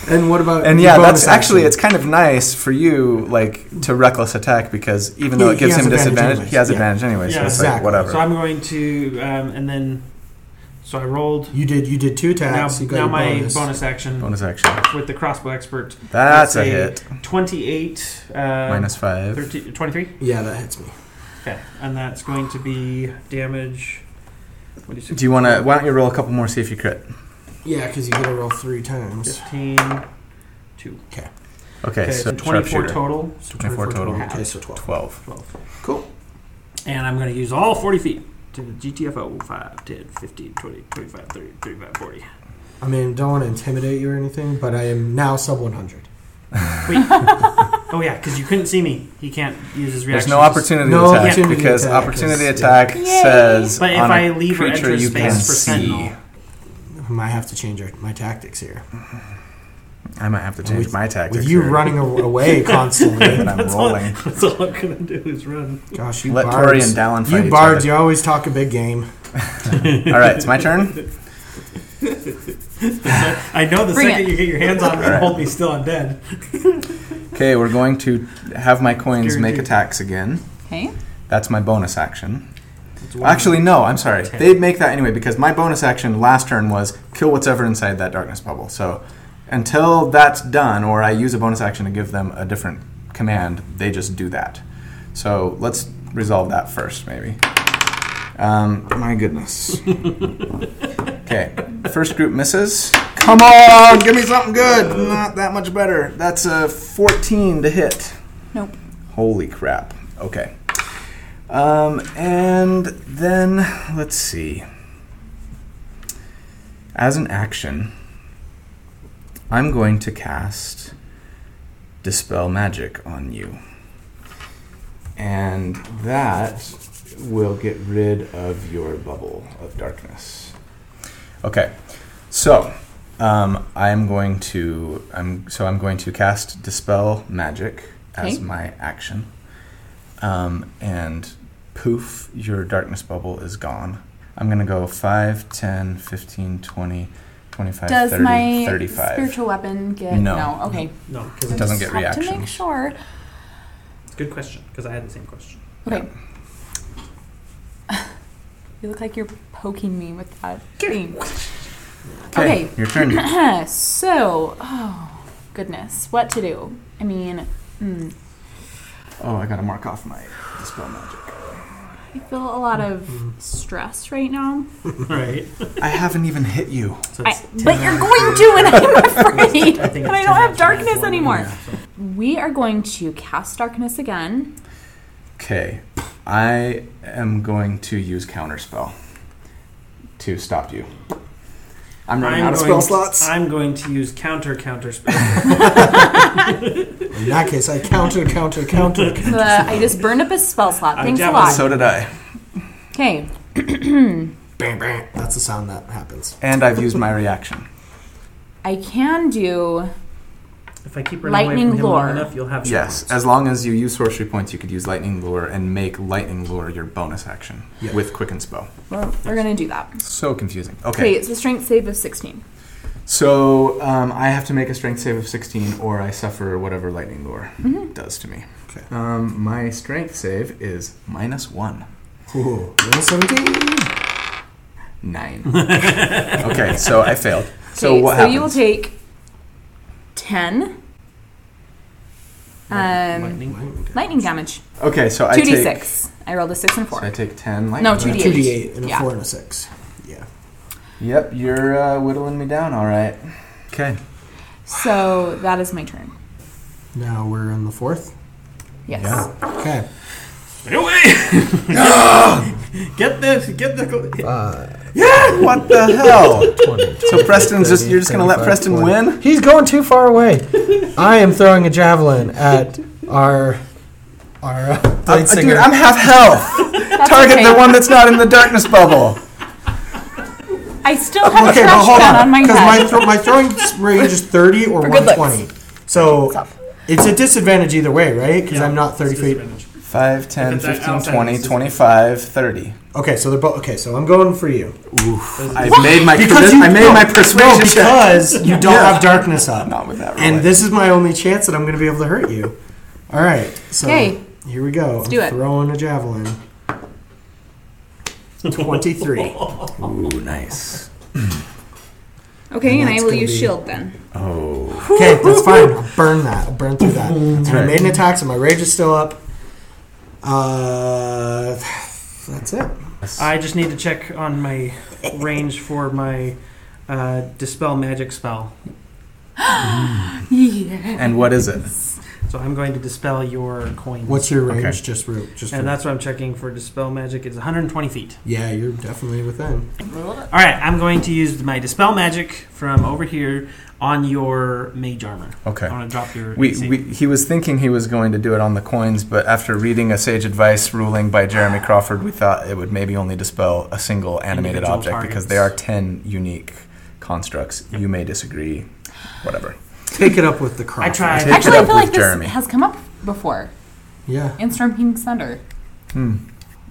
and what about
And yeah,
your
that's
bonus
actually
action?
it's kind of nice for you, like to reckless attack because even though
He-
it gives
he has
him
advantage
disadvantage,
anyways.
he has
Yeah.
advantage anyway.
Yeah.
so it's like
Exactly.
whatever.
So I'm going to, um, and then, so I rolled.
you did you did two
Now,
attacks. you got
now
your
my
bonus.
bonus. action
Bonus action.
with the crossbow expert.
That's a
Let's say
hit.
28, uh,
Minus five.
13, 23.
Yeah, that hits me.
Okay, and that's going to be damage. What do you say?
Do you want to? Why don't you roll a couple more, see if you crit?
Yeah, because you get to roll three times.
15, 2.
Okay,
Okay,
so
so 24
sharpshooter.
total.
So
24 total.
Okay, so 12.
Twelve.
12.
Cool.
And I'm going to use all 40 feet to the GTFO 5, 10, 15, 20, 25, 30, 35, 40.
I mean, don't want to intimidate you or anything, but I am now sub 100.
Oh, yeah, because you couldn't see me. He can't use his
There's
reaction.
no opportunity
No
attack
opportunity
because
attack
opportunity
is-
attack says
But if
on a
I leave or
creature
enter
you
space
can
for
see.
Sentinel-
I might have to change our, my tactics here.
I might have to change
With-
my tactics.
With you
here.
running aw- away
and
constantly.
I'm rolling.
That's all I'm going to do is run.
Gosh, you
Let Tori
bards.
and Dallin fight
you
each
bards,
other.
you always talk a big game.
All right, it's my turn.
I know the
Bring
second
it.
you get your hands on me
All
and
right.
hold me still, I'm dead.
Okay, we're going to have my coins
Guaranteed.
make attacks again.
Okay.
That's my bonus action.
It's one
Actually, no, I'm sorry.
Ten.
They'd make that anyway because my bonus action last turn was kill what's ever inside that darkness bubble. So until that's done, or I use a bonus action to give them a different command, they just do that. So let's resolve that first, maybe. Um, my goodness. Okay, first group misses. Come on, give me something good. Not that much better. That's a 14 to hit.
Nope.
Holy crap. Okay. Um, and then let's see. As an action, I'm going to cast Dispel Magic on you. And that will get rid of your bubble of darkness. Okay. So, um, I'm going to I'm so I'm going to cast Dispel Magic as
Okay.
my action um, and poof, your darkness bubble is gone. I'm going to go 5, 10, 15, 20, 25,
Does
30,
my
35.
spiritual weapon get
No.
Okay.
No,
I
It doesn't
just
get
have To
reaction.
make sure.
it's a good question because I had the same question.
Okay. you look like you're poking me with that thing. Okay.
Your turn.
so, oh goodness, what to do? I mean, mm,
oh, I got to mark off my dispel magic.
I feel a lot of stress right now.
right.
I haven't even hit you.
So
I,
it's
but
10,
you're going to, and I'm afraid,
I think
and
it's
I
10
don't have
after
darkness
four.
anymore.
Yeah, so-
We are going to cast darkness again.
Okay. I am going to use counterspell to stop you. I'm running out of
going
spell slots.
I'm going to use counter counter spell.
In that case, I counter, counter, counter. counter.
So, uh, I just burned up a spell slot.
I
Thanks a
doubt
lot.
so did I.
Okay,
bang, bang. That's the sound that happens.
And I've used my reaction.
I can do.
If I keep running
Lightning
away from him
lore.
long enough, you'll have
Yes,
shots.
as long as you use sorcery points, you could use lightning lure and make lightning lure your bonus action
Yeah.
with quicken spell.
We're, we're gonna do that.
So confusing.
Okay,
Okay,
it's a strength save of 16.
so um, I have to make a strength save of 16, or I suffer whatever lightning lure
Mm-hmm.
does to me.
Okay.
Um, my strength save is minus one.
Ooh, roll 17.
Nine. okay, so I failed. So
Okay,
what
so
happens?
you will take 10 um, lightning,
Lightning.
damage.
okay, so I take.
2d6. I rolled a 6 and
So
4.
I take ten lightning.
no,
damage.
2d8.
2d8 and a
Yeah.
4 and a 6. Yeah.
Yep, you're uh, whittling me down. All right. Okay.
So that is my turn.
Now we're in the fourth.
Yes.
Yeah.
Okay.
Stay away! get this! Get the.
Uh,
Yeah. What the hell?
20.
So Preston's just you're just gonna let Preston win?
He's going too far away. I am throwing a javelin at our our uh, blade
Uh,
singer.
dude, I'm half health. Target the one that's not in the darkness bubble.
I still have
okay,
a
but
trash
hold
can
on,
on my
because my
head.
thro- my throwing range is 30 or
good looks.
120. So it's a disadvantage either way, right? Because I'm not 30 feet.
5, 10,
If it's
15,
outside,
20,
it's just-
25, 30.
Okay, so they're both okay. So I'm going for you
I've made my
because
charis-
you
I made
no,
my
no,
persuasion check.
because you don't
Yeah.
have darkness up.
Not with that roll.
And this is my only chance that I'm going to be able to hurt you. All right. So
Okay.
here we go. I'm
do it.
throwing a javelin. 23.
Ooh, nice.
Okay, and I
that's
will
gonna
use
be-
shield then.
Oh.
Okay, that's fine. I'll burn that. I'll burn through that. And I made an attack, so my rage is still up. Uh, that's it.
I just need to check on my range for my uh, dispel magic spell.
Yeah.
And what is it?
So I'm going to dispel your coins.
What's your range?
Okay.
Just root. Just
and
for-
that's what I'm checking for dispel magic. It's 120 feet.
yeah, you're definitely within.
All right, I'm going to use my dispel magic from over here on your mage armor.
Okay.
I want to drop your.
We,
AC.
we, he was thinking he was going to do it on the coins, but after reading a sage advice ruling by Jeremy Crawford, we thought it would maybe only dispel a single animated
Individual
object because
targets.
they are 10 unique constructs. You may disagree, whatever.
Take it up with the crowd.
I tried.
Take
Actually,
it
I
up
feel
with
like this
Jeremy.
has come up before
Yeah.
in Storm King's Thunder.
Hmm.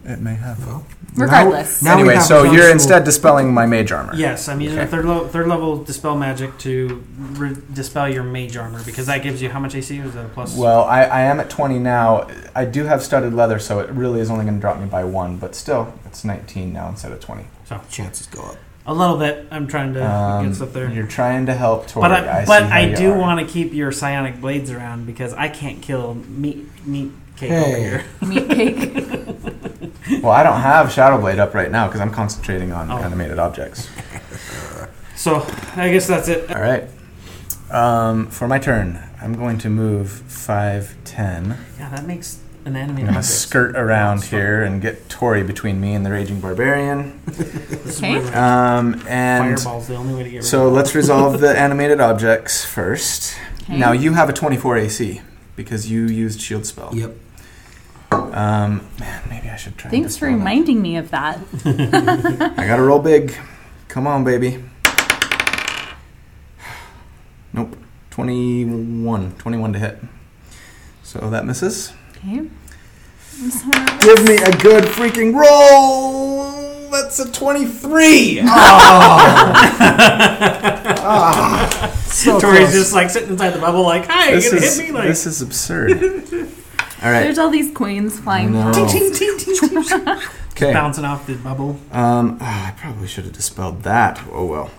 It may have.
Well,
Regardless.
Now we
anyway,
have
so
some
you're
sort-
instead dispelling my mage armor.
Yes, I'm using
Okay.
a third, level third level dispel magic to re- dispel your mage armor because that gives you how much AC was that plus?
Well, I, I am at 20 now. I do have studded leather, so it really is only going to drop me by one, but still, it's 19 now instead of 20.
chances go up.
a little bit. I'm trying to
Um,
get stuff there.
You're trying to help Tori.
But I, but
see how
I
you
do
are.
want to keep your psionic blades around because I can't kill meat meat cake over
Hey.
here.
Meat cake.
Well, I don't have Shadow Blade up right now because I'm concentrating on
Oh.
animated objects.
So I guess that's it.
All right. Um, for my turn, I'm going to move 5, 10.
Yeah, that makes an
I'm
enemy.
going to skirt around here and get Tori between me and the Raging Barbarian.
Okay.
Um, and
Fireball's the only way to get rid
so
of it.
let's resolve the animated objects first.
Okay.
Now you have a 24 AC because you used shield spell.
Yep.
Um, man, maybe I should try. and
Thanks for
dispel that.
reminding me of that.
I gotta roll big. Come on, baby. Nope. 21. 21 to hit. So that misses.
Okay.
Give me a good freaking roll. That's a 23.
So
Tori's just like sitting inside the bubble, like, "Hi, you
this,
gonna
is,
hit me!" Like,
this is absurd. All right.
There's all these coins flying.
No.
ting, ting, ting, ting, ting.
Okay.
bouncing off the bubble.
Um, ah, I probably should have dispelled that. Oh well.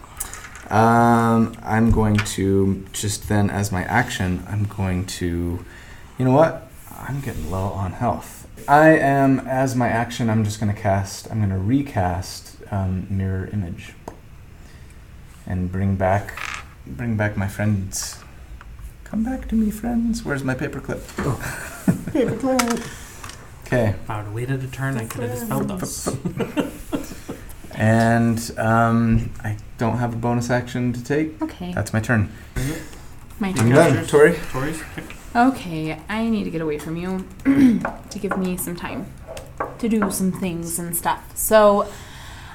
Um, I'm going to just then, as my action, I'm going to. You know what? I'm getting low on health. I am, as my action, I'm just going to cast. I'm going to recast um, mirror image and bring back, bring back my friends. Come back to me, friends. Where's my paperclip? Okay.
If I would have waited a turn, I could have dispelled those.
And um, I don't have a bonus action to take.
Okay.
That's my turn.
My
I'm
turn.
done. Tori?
Tori's
Okay, I need to get away from you to give me some time to do some things and stuff. So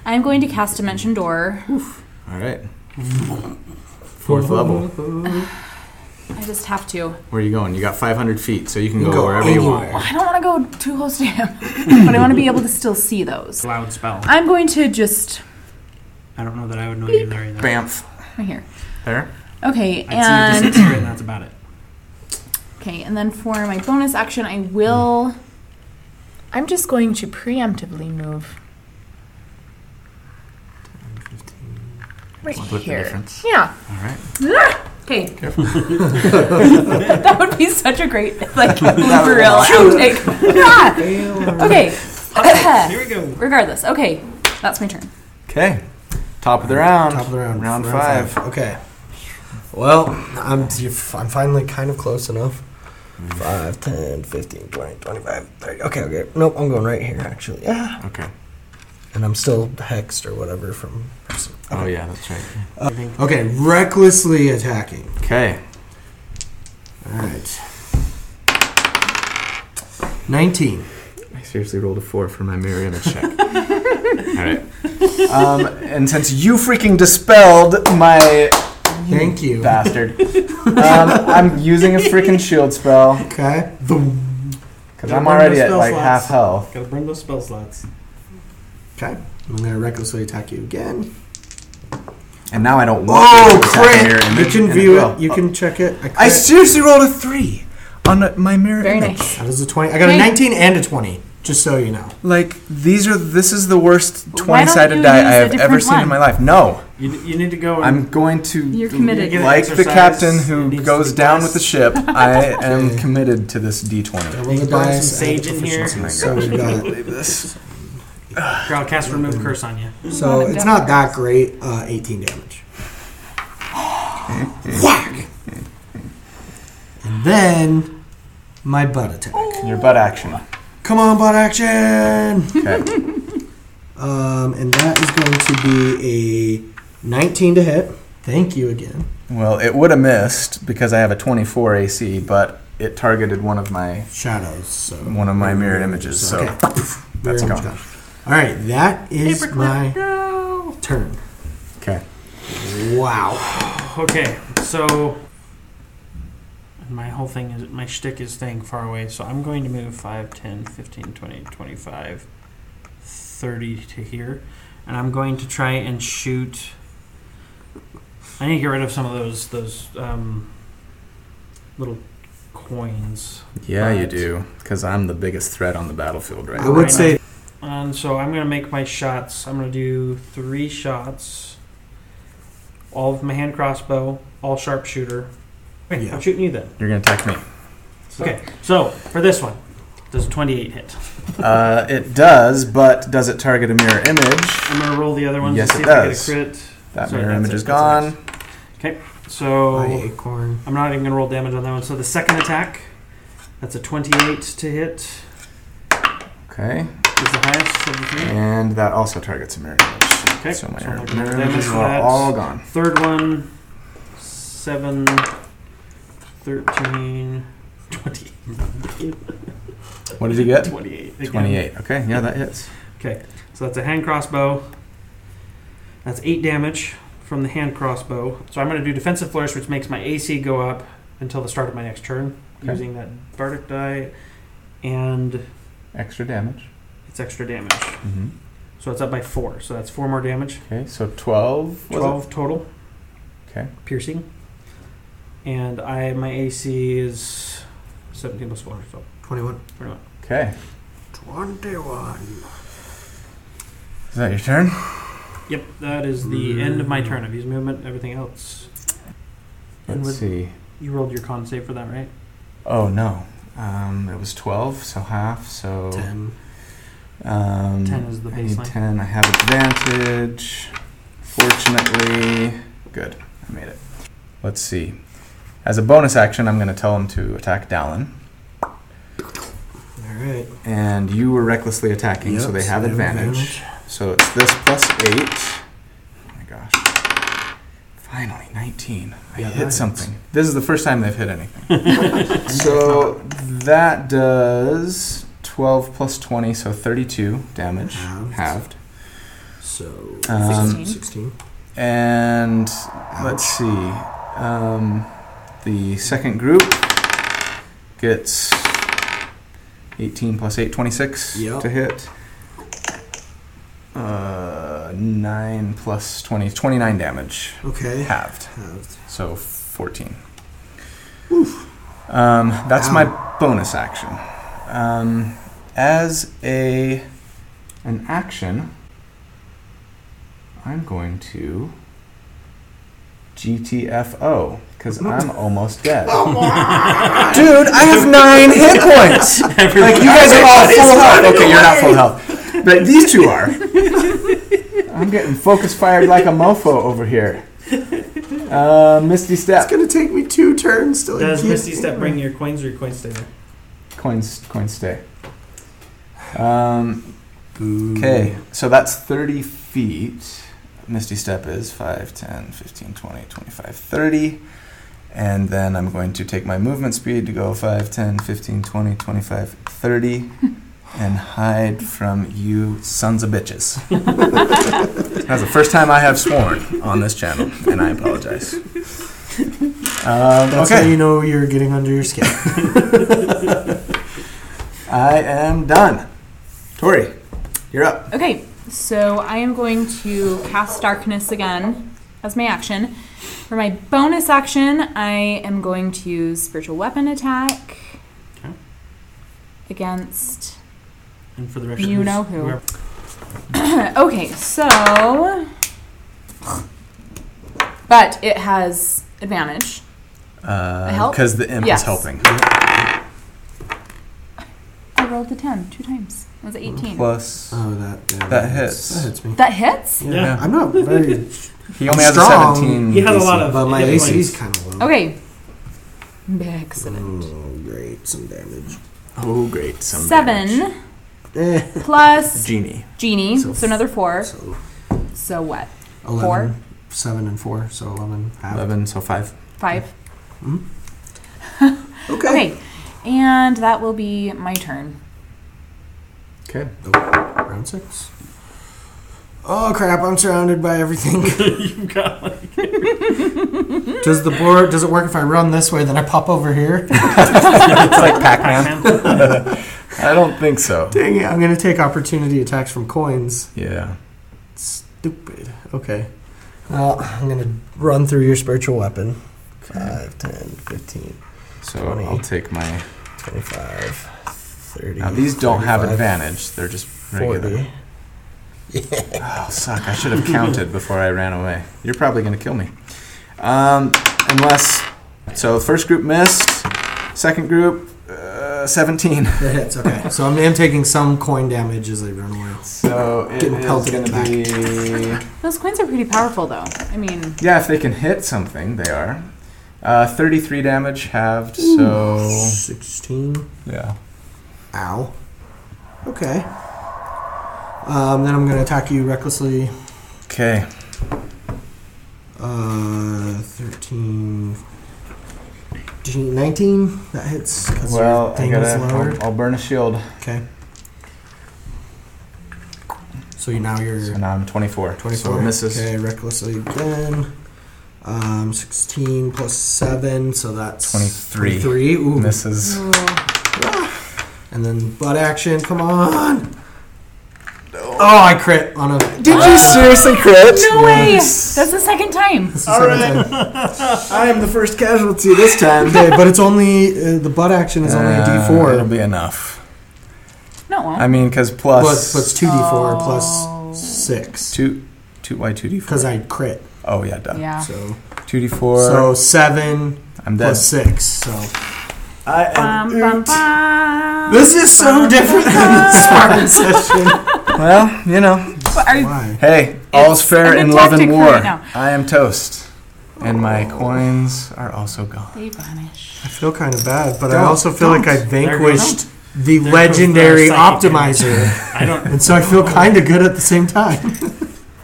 I'm going to cast Dimension Door.
All right. Fourth level.
I just have to.
Where are you going? You got 500 feet, so you can
You
go,
can go
wherever you
anywhere.
want.
I don't want to go too close to him, but I want to be able to still see those.
loud spell.
I'm going to just
I don't know that I would know you there either.
Bamf.
right here.
There.
Okay,
I'd see
and
you disappear, and that's about it.
okay, and then for my bonus action, I
Hmm.
will.
I'm just going to preemptively move right
Split the
here.
difference.
Yeah.
All right.
Okay. that would be such a great like blooper reel outtake. Yeah. Okay.
Here we go.
Regardless, okay, that's my turn.
Okay. Top of the round.
Top of the round.
Round five.
Okay. Well, I'm, I'm finally kind of close enough. 5, 10, 15, 20, 25, 30. Okay, okay. Nope, I'm going right here, actually. Yeah.
Okay.
And I'm still hexed or whatever from.
Oh, yeah, that's right.
Uh, Okay, recklessly attacking.
Okay.
Alright. 19.
I seriously rolled a four for my mirror image check. All right. Um, and since you freaking dispelled my
Thank you.
bastard, um, I'm using a freaking shield spell
Okay.
because I'm already at like half health.
Gotta burn those spell slots.
Okay. I'm going to recklessly attack you again.
And now I don't want
Oh,
to have a mirror
crit! You
image,
can
and
view
will.
it, you can check it. I,
I
crit.
seriously rolled a three on uh, my mirror
Very
image.
nice.
That is a 20. I got a
Okay.
19 and a 20, just so you know.
Like these are this is the worst
don't
twenty-sided
you
die
use
I
a
have ever
different
seen in
one?
my life. No,
You, you need to go. And
I'm going to
You're committed.
You're
like the
exercise.
captain
It
who
needs
goes
to be
down
nice.
with the ship. I am committed to this D twenty.
Double the
burn some
dice. add the
sage in here.
proficiency.
Oh my
So we got.
this.
Here, I'll cast remove curse on you.
So it's not that great. Uh, 18 damage. Whack. And then my butt attack.
Your butt action.
Come on, butt action.
Okay.
Um, and that is going to be a 19 to hit. Thank you again.
well, it would have missed because I have a twenty-four AC, but it targeted one of my
Shadows. So
one of my mirrored images. So
Okay.
that's
Mirror image
gone.
All right, that is
Paperclip,
my turn.
Okay.
Wow.
Okay, so and my whole thing is my shtick is staying far away, so I'm going to move 5, 10, 15, 20, 25, 30 to here, and I'm going to try and shoot. I need to get rid of some of those those um, little coins,
Yeah, you
But-
do, because I'm the biggest threat on the battlefield right
I
now.
would
would
say-
say
and so I'm gonna make my shots. I'm gonna do three shots. All of my hand crossbow, all sharpshooter. Wait,
Yeah.
I'm shooting you then.
You're gonna attack me.
Okay, so for this one, does a 28 hit?
Uh, it does, but does it target a mirror image?
I'm gonna roll the other ones
Yes,
to see
it
if I
does.
get a crit.
That
Sorry,
mirror
that's
image
it,
is
that's it.
gone.
So
my acorn.
I'm not even gonna roll damage on that one. So the second attack, that's a 28 to hit, is
Okay,
the highest of the three.
and that also targets a mirror image.
Okay,
so my
so
mirror,
I'll
mirror
roll damage
images
for
are
that.
all gone.
Third one, 7, 13, 20,
What did you get?
28. again.
28. Okay, yeah, that hits.
So that's a hand crossbow. That's eight damage from the hand crossbow. So I'm going to do defensive flourish, which makes my AC go up until the start of my next turn,
Okay.
using that bardic die, and
Extra damage.
it's extra damage.
Mm-hmm.
So it's up by four. So that's four more damage.
Okay, so 12. Was
Twelve total.
Okay.
Piercing. And I my AC is seventeen plus four, so
21.
It? Okay.
21.
Oh. Is that your turn?
yep, that is the end of my turn. I've used movement, everything else. And
Let's
with-
see.
You rolled your con save for that, right?
Oh, no. Um, it was 12, so half, so.
10.
Um,
10 is the
I need
baseline.
10. I have advantage. Fortunately, good. I made it. Let's see. As a bonus action, I'm going to tell him to attack Dallin.
All right.
And you were recklessly attacking, so
Yep,
they have advantage. So it's this plus 8. Oh my gosh. Finally, 19. I
Yeah, that
hit
hits.
something. This is the first time they've hit anything. so that does 12 plus 20, so 32 damage.
Halved.
Halved.
So
Um,
16. 16.
And let's see. Um, the second group gets 18 plus 8, 26
Yep.
to hit. Uh, 9 plus 20, 29 damage.
Okay.
Halved.
Halved.
So 14. Um, that's my bonus action. Um, as a an action, I'm going to GTFO because I'm almost dead.
Oh.
Dude, I have nine hit points. like you guys are all full health. Okay, you're not full health, but these two are. I'm getting focus fired like a mofo over here. Uh, Misty Step.
It's going to take me two turns to like,
Does
keep-
Misty Step bring your coins or your coins stay there?
Coins, coins stay. Um, okay, so that's 30 feet. Misty Step is 5, 10, 15, 20, 25, 30. And then I'm going to take my movement speed to go 5, 10, 15, 20, 25, 30. And hide from you sons of bitches. That's the first time I have sworn on this channel, and I apologize. Um,
That's
okay.
how you know you're getting under your skin.
I am done. Tori, you're up.
Okay, so I am going to cast darkness again as my action. For my bonus action, I am going to use spiritual weapon attack
Okay.
against
And for the rest
you
of
know
us,
who.
whoever-
okay, so but it has advantage. help?
Because Uh, the imp
Yes.
is helping.
I rolled a ten two times. That was eighteen.
Plus,
Oh, that yeah,
That hits.
That hits me.
That hits.
Yeah.
Yeah.
I'm not very.
he
I'm
only has a
strong.
17.
He had a
AC.
lot of-
but my
Yeah,
AC
points.
is kind of low.
Okay. Excellent.
Oh, great. Some damage.
Oh, great. Some
Seven
Eh.
plus
Genie.
genie,
So-
so, another four.
So
So what?
11.
Four.
7 and 4. So 11. Half.
11, so 5.
5
Okay.
Okay, and that will be my turn.
Okay.
Round 6. Oh crap, I'm surrounded by everything.
You've got like
does the board does it work if I run this way then I pop over here?
it's like Pac Man. I don't think so.
Dang it, I'm going to take opportunity attacks from coins.
Yeah.
Stupid. Okay. Well, I'm going to run through your spiritual weapon. 5, 10, 15,
So
Twenty.
I'll take my.
25, 30.
Now these don't have
35,
advantage. They're just regular.
40.
Oh suck! I should have counted before I ran away. You're probably gonna kill me, um, unless. So first group missed. Second group, uh, seventeen.
That hits, okay. so I'm, I'm taking some coin damage as I run away.
So it
Getting
is
pelted in the
gonna be.
Those coins are pretty powerful, though. I mean,
Yeah, if they can hit something, they are. Uh, 33 damage halved, so.
16.
Yeah.
Ow. Okay. Um, then I'm going to attack you recklessly.
Okay.
Uh, 13. 19. That hits. 'cause your
Well, I
thing is
gotta,
lower.
I'll, I'll burn a shield.
Okay. So you now you're
So now I'm 24.
24.
So it misses.
Okay, recklessly again. Um, 16 plus 7, so that's
23.
23. Ooh.
Misses.
And then butt action. Come on. Oh, I crit on a.
Did you seriously crit?
Ah! no way! That's the second time.
All right.
I am the first casualty this time.
Okay, but it's only uh, the butt action is only a D4.
Uh, It'll be enough.
No, uh, it won't.
I mean, because
plus,
plus.
plus 2d4
Oh.
plus 6
two. Two, why 2d4?
because I crit.
Oh, yeah, done.
yeah.
So
2d4.
so 7
I'm dead.
plus 6. So
I
Bum, bum, bum.
this is so different than the sparring session.
well, you know.
But are you-
Why?
Hey, all's
It's
fair
an
in love and
tactic
war.
right now.
I am toast. And my coins are also gone.
They vanish.
I feel kind of bad, but I
Don't,
also feel like I vanquished the
There goes the
legendary
psychic
optimizer,
I don't.
and so I feel kind of good at the same time.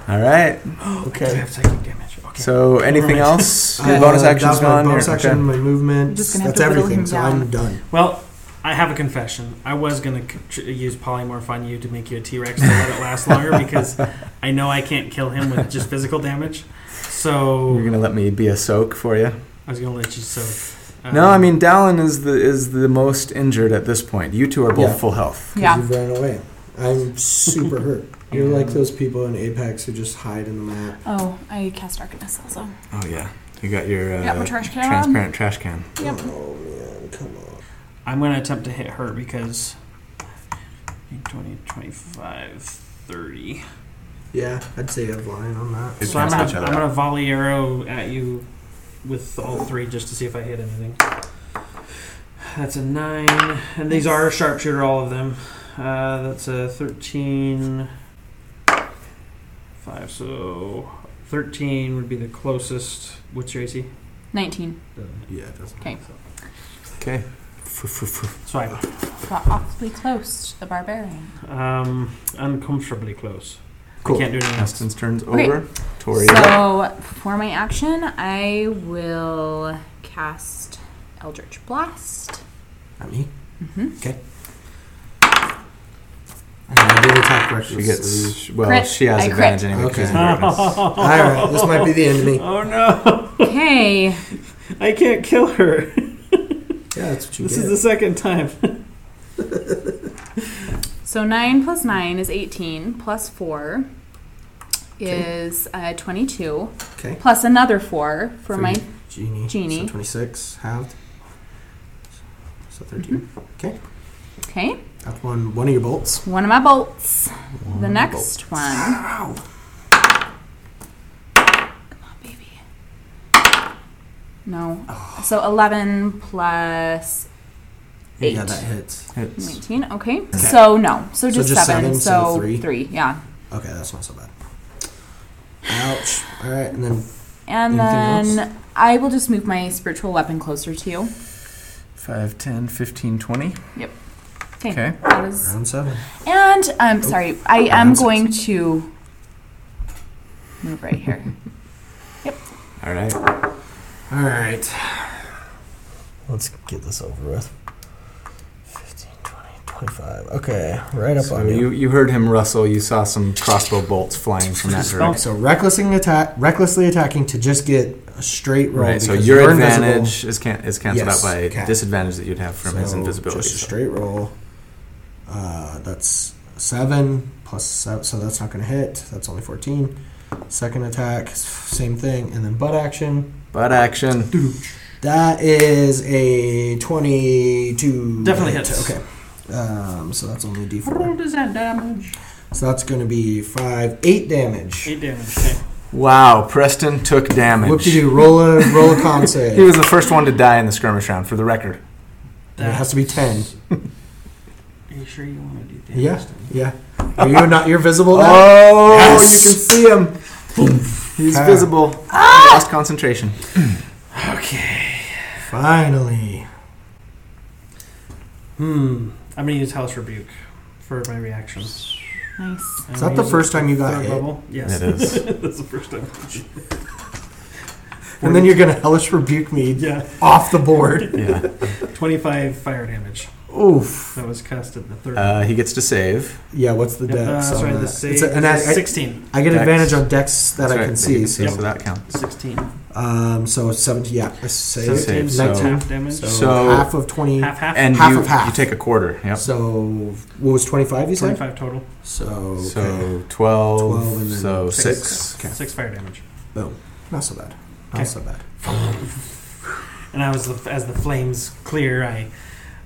All right.
I
Okay.
have psychic damage. Okay.
So, anything
Never mind.
else? Your bonus
Uh,
action's
that was my
gone.
Bonus
You're-
action, my movement.
Just gonna have
That's
to whittle
everything.
him
So
down.
I'm done.
Well, I have a confession. I was gonna c- tr- use polymorph on you to make you a T Rex to let it last longer because I know I can't kill him with just physical damage.
okay. You're
So
gonna let me be a soak for you?
I was gonna let you. So um,
No, I mean Dallin is the is the most injured at this point. You two are both
Yeah.
full health.
'Cause
Yeah.
You ran away. I'm super hurt. You're like those people in Apex who just hide in the map.
Oh, I cast darkness also.
Oh yeah, you got your uh,
Got my trash can.
transparent trash can.
Yep.
Oh man, come on.
I'm gonna attempt to hit her because 20, 25, 30.
Yeah, I'd say I've lying on that.
They
So I'm
cancel
gonna,
each other
I'm
out.
gonna volley arrow at you with all three just to see if I hit anything. That's a nine, and these are sharpshooter, all of them. Uh, that's a 13, five, so 13 would be the closest. What's your AC?
19.
Yeah, it doesn't.
Okay.
Okay.
So I'm
Got awfully close to the barbarian.
um, uncomfortably close.
Cool.
I can't do anything else.
Aston's turns
Okay.
over. Tori.
So, for my action, I will cast Eldritch Blast.
Not me.
Mm-hmm.
And I did attack
she
recklessly.
gets well.
Crit.
She has
I crit.
advantage anyway. 'cause
Okay.
of awareness.
All right, this might be the end of me.
Oh no!
Okay.
I can't kill her.
Yeah, that's what you
This
get.
is the second time.
So 9 plus 9 is 18, plus 4 is uh, 22,
okay.
plus another 4 for my.
your genie.
genie.
So 26 halved. So 13.
Mm-hmm. Okay.
That's one one of your bolts.
One of my bolts. the next one.
Ow.
Come on, baby. No. So 11 plus
Yeah,
8.
that hits.
It's-
19, okay. So no. So
So
just,
just
7.
seven,
So,
so three.
3, yeah.
Okay, that's not so bad. Ouch. All right, and then
And
Anything
then I will just move my spiritual weapon closer to you.
5, 10, 15, 20.
Yep. 'Kay.
Okay.
That is
round seven.
And
Oh.
um, sorry, I am
that's
going to move right here.
All right.
All right. Let's get this over with. 15, 20, 25. Okay, right up
So
on you.
you, you heard him rustle. You saw some crossbow bolts flying from that
Spell
direction.
So recklessly attack, recklessly attacking to just get a straight roll.
Right. So
because
your
you're
advantage is can, is canceled
Yes,
out by
okay.
disadvantage that you'd have from his
So
invisibility.
Just a
so-
straight roll. Uh, That's seven plus seven, so that's not going to hit. That's only 14. Second attack, s- same thing, and then butt action.
Butt action.
That is a 22.
Definitely
hit.
hits.
Okay. Um, so that's only a
Roll
d4.
does that damage?
So that's going to be five, eight damage.
Eight damage. Okay.
Wow, Preston took damage.
Whoop de doo, roll a roll a con save.
He was the first one to die in the skirmish round, for the record.
And it has to be ten.
Are you sure you want to do damage?
Yeah.
to me?
Yeah. Are you not? You're visible now.
Oh,
Yes.
you can see him. He's
Ah.
visible. He lost concentration.
Finally.
Hmm. I'm gonna use House Rebuke for my reaction. Is
Nice.
Is that the first time you got hit?
Level? Yes.
is.
That's the first time.
And then you're gonna hellish rebuke me
Yeah.
off the board.
yeah.
25 fire damage.
Oof.
That was cast at the third.
Uh, he gets to save.
Yeah. What's the
Yeah,
dex?
uh,
on
sorry,
that?
the
It's
save
a- and I,
is
I-
16.
I get
Dex.
advantage on dex that
That's
I
right,
can
that
see.
you
So,
see, so that counts.
16.
um, so seventeen. Yeah, I save.
17
Save, so-
half damage.
So,
So-
half of twenty.
half, half.
And
Half
you,
of half.
you take a quarter. Yep.
So what was twenty-five? You said.
25 total.
So okay.
So 12,
12 and then
so
six.
6.
Okay.
Six fire damage.
not so bad. Not
Okay.
so bad.
And I was the, as the flames clear, I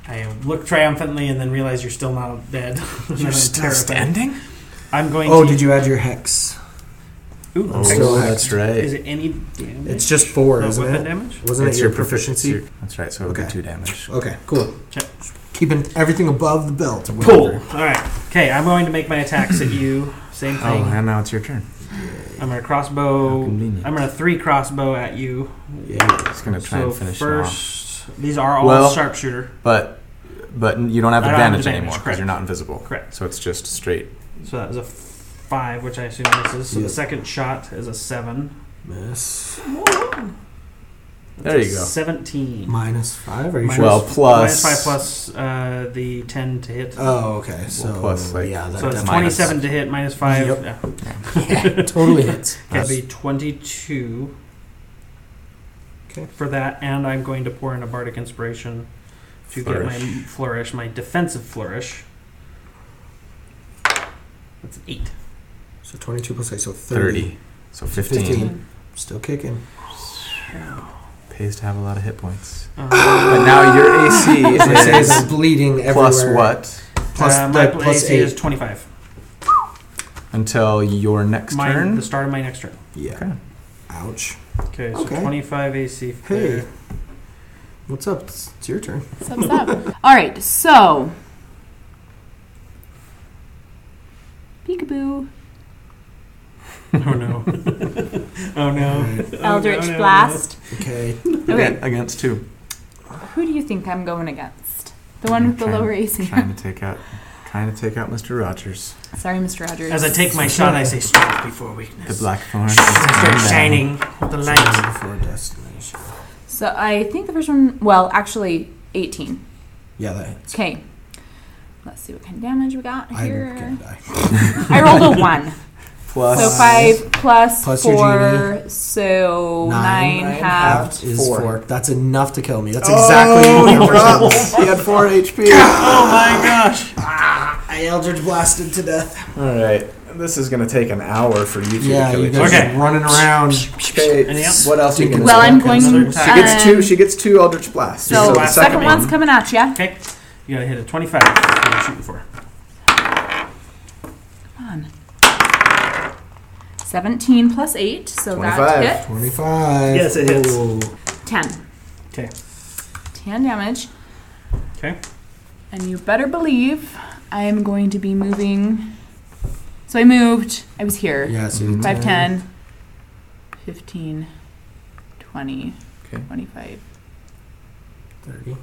I look triumphantly and then realize you're still not dead. And
You're
I'm
still
terrified.
standing?
I'm going
Oh,
to.
did you add your hex?
Ooh,
Oh,
okay.
still
that's right.
Is it any damage?
It's just four,
Uh,
isn't
weapon
it?
damage?
Wasn't
It's
it your,
your profi-
proficiency?
it's That's right, so it'll be
Okay.
2 damage.
Okay, cool.
Check.
Keeping everything above the belt. or
Cool.
whatever.
All right. Okay, I'm going to make my attacks at you. Same
Oh,
thing.
and now it's your turn.
I'm going to
How
crossbow.
convenient.
I'm going to three crossbow at you.
Yeah.
It's going to try
so
and finish it off.
first, these are all
Well-
sharpshooter.
But, but you don't have
I don't have
advantage
advantage,
anymore because
correct.
you're not invisible.
Correct.
So it's just straight.
So that was a f- five, which I assume misses. So
Yeah.
the second shot is a seven.
Miss.
That's
There
a
you go.
Seventeen.
Minus five? Are you
Minus-
sure?
Well, plus-
minus five plus uh, the ten to hit.
Oh, okay. So
plus, like,
yeah, that
so it's
definitely-
minus-
twenty-seven to hit minus five.
Yep.
Yeah.
Yeah, totally hits.
That'd be twenty-two.
'Kay.
For that, and I'm going to pour in a bardic inspiration to get my flourish, my defensive flourish. That's an eight.
So twenty-two plus eight, so
30.
thirty.
So 15.
15. Still kicking.
Pays to have a lot of hit points.
Um,
But now your AC
My saves are
is
bleeding everywhere.
plus what
Plus,
uh, my
like, plus
AC is
eight.
twenty-five.
until your next
My,
turn?
the start of my next turn.
Yeah.
Okay.
Ouch.
Okay, so
Okay.
25 AC. for
Hey.
there.
What's up? It's, it's your turn.
Subs up. All right, so. Peekaboo.
Oh no. oh no.
Alright.
Oh,
Eldritch
no, no,
Blast.
Okay.
Okay,
Again- Against two.
who do you think I'm going against? The one with the
Trying-
lower AC.
Trying to take out trying to take out Mr. Rogers.
Sorry, Mr. Rogers.
no. As I take my shot, I say strength before
The
weakness.
Blackthorn. is
Start
coming down.
shining with the light.
Time for destination.
so I think the first one, well, actually 18.
Yeah, that hits.
Okay. Let's see what kind of damage we got
I'm gonna
here.
die.
I rolled a 1.
Plus
so 5 plus,
Plus your
4, so 9, half.
halved is four.
Four.
That's enough to kill me.
Oh.
That's exactly what
he had four HP.
Oh my gosh!
Ah, I Eldritch blasted to death.
All right, this is gonna take an hour for you two
Yeah,
to kill
you
each
guys
other.
Okay.
are running around.
Okay.
Any else?
What else? Are you gonna
Well,
do?
I'm going
Another
to. um,
attack.
She gets two. She gets two Eldritch blasts.
So,
the
second,
second
one's coming at you.
Okay, you gotta hit a 25. That's what I'm shooting for.
17 plus 8, so
25.
that hit.
25.
Yes, it hits.
Ooh.
10.
Okay.
10 damage.
Okay.
And you better believe I am going to be moving. So I moved. I was here.
Yeah, so
Mhm.
5, 10, 15, 20,
Okay.
25.
30.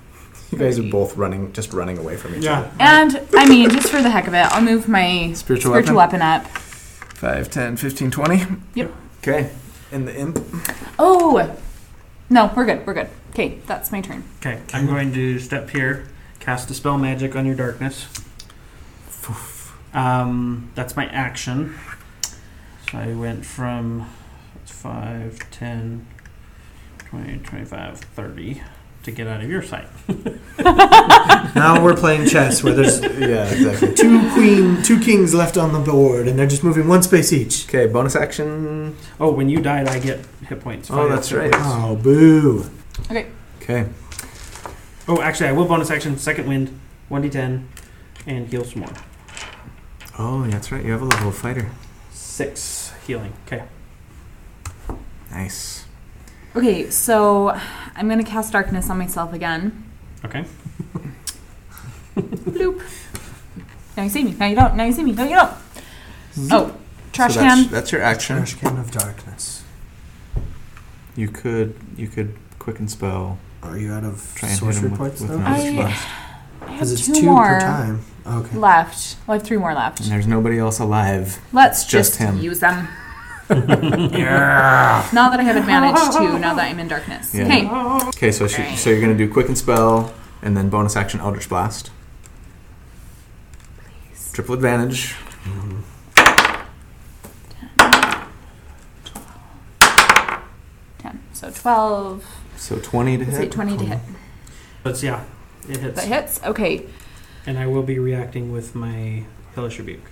You guys are both running, just running away from each other.
And I mean, just for the heck of it, I'll move my
Spiritual,
spiritual weapon up.
weapon. 5, 10, 15, 20.
Yep.
Okay. And the imp.
Oh! No, we're good. We're good. Okay, that's my turn.
Okay, I'm going to step here, cast Dispel Magic on your darkness. Um, that's my action. So I went from 5, 10, 20, 25, 30. to get out of your sight.
now we're playing chess where there's
yeah, exactly.
two queen, two kings left on the board, and they're just moving one space each.
Okay, bonus action.
Oh, when you died, I get hit points.
Oh,
Five
that's
hit
right.
points.
Oh, boo!
Okay.
Oh, actually, I will bonus action, second wind, 1d10, and heal some more.
Oh, that's right. You have a level fighter.
Six healing. Okay.
Nice.
Okay, so I'm gonna cast darkness on myself again.
Okay.
Bloop. Now you see me. Now you don't. Now you see me. No, you don't. Oh, trash
so that's,
can.
That's your action.
Trash can of darkness.
You could you could quicken spell.
Are you out of
Try and hit him
sorcery
with,
points
with
though?
knowledge
I-
blast.
I have
Because it's
two,
two per
more
time. Okay.
left. Well, I have three more left.
And there's nobody else alive.
Let's
It's just
just,
him.
use them. Now that I have advantage too. Now that I'm in darkness.
Yeah.
Okay.
Okay, so she, so you're gonna do quicken spell and then bonus action eldritch blast. Triple advantage.
Ten. So twelve.
So twenty to
Is it
hit.
twenty to hit?
But yeah, it hits.
That hits. Okay.
And I will be reacting with my Hellish Rebuke.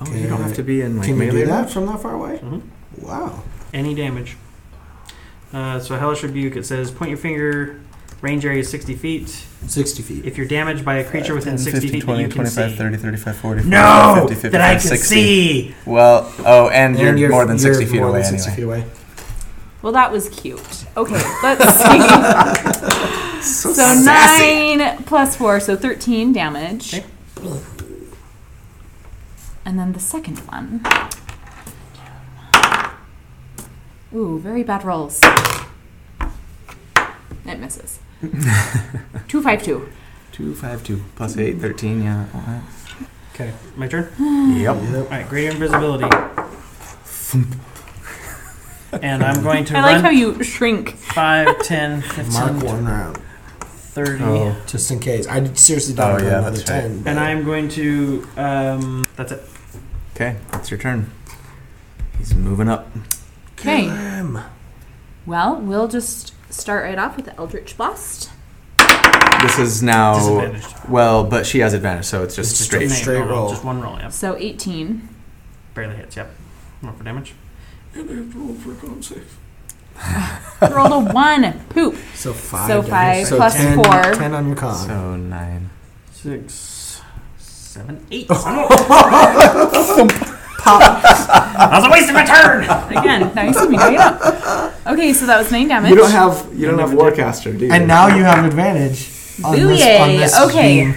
Oh, you don't have to be in like
Can you
melee.
do that from that far away?
Mhm.
Wow.
Any damage. Uh, so Hellish Rebuke, it says point your finger, range area is 60 feet.
60 feet.
If you're damaged by a creature within 60 feet that you can see.
30, 35, 40,
No! that I can see!
Well, oh, and, you're,
you're-
more than 60
you're
feet
more
away
than 60
anyway.
feet away.
Well, that was cute. Okay, let's see. so nine plus four, so thirteen damage.
Okay.
And then the second one. Ooh, very bad rolls. It misses. two five two.
252 plus 8, 13, yeah. all right.
Okay, my turn.
Yep.
Alright, greater invisibility. and I'm going to
I like
run
how you shrink.
5, 10, 15,
Mark one round.
30.
Oh, just in case. I seriously
Oh,
don't have
yeah,
another
that's right.
10. but-
And I'm going to. Um, that's it.
Okay, that's your turn. He's moving up.
Kill
Okay.
him.
Well, we'll just start right off with the Eldritch Blast.
This is now.
Disadvantaged.
Well, but she has advantage, so it's just
It's just a
Oh, straight.
Name,
straight
no roll,
roll.
Just one roll, yep.
So eighteen.
Barely hits, yep. Roll for damage.
Rolled a one. Poop.
So five.
So
damage.
five plus
10
four.
Ten on your con.
So 9.
Six, seven, eight. That was a waste of my turn!
Again, now you see me. Now you don't. Okay, so that was nine damage.
You don't have you don't have warcaster, do you?
and now you have advantage. On this, on
Booyah.
this
Okay.
beam.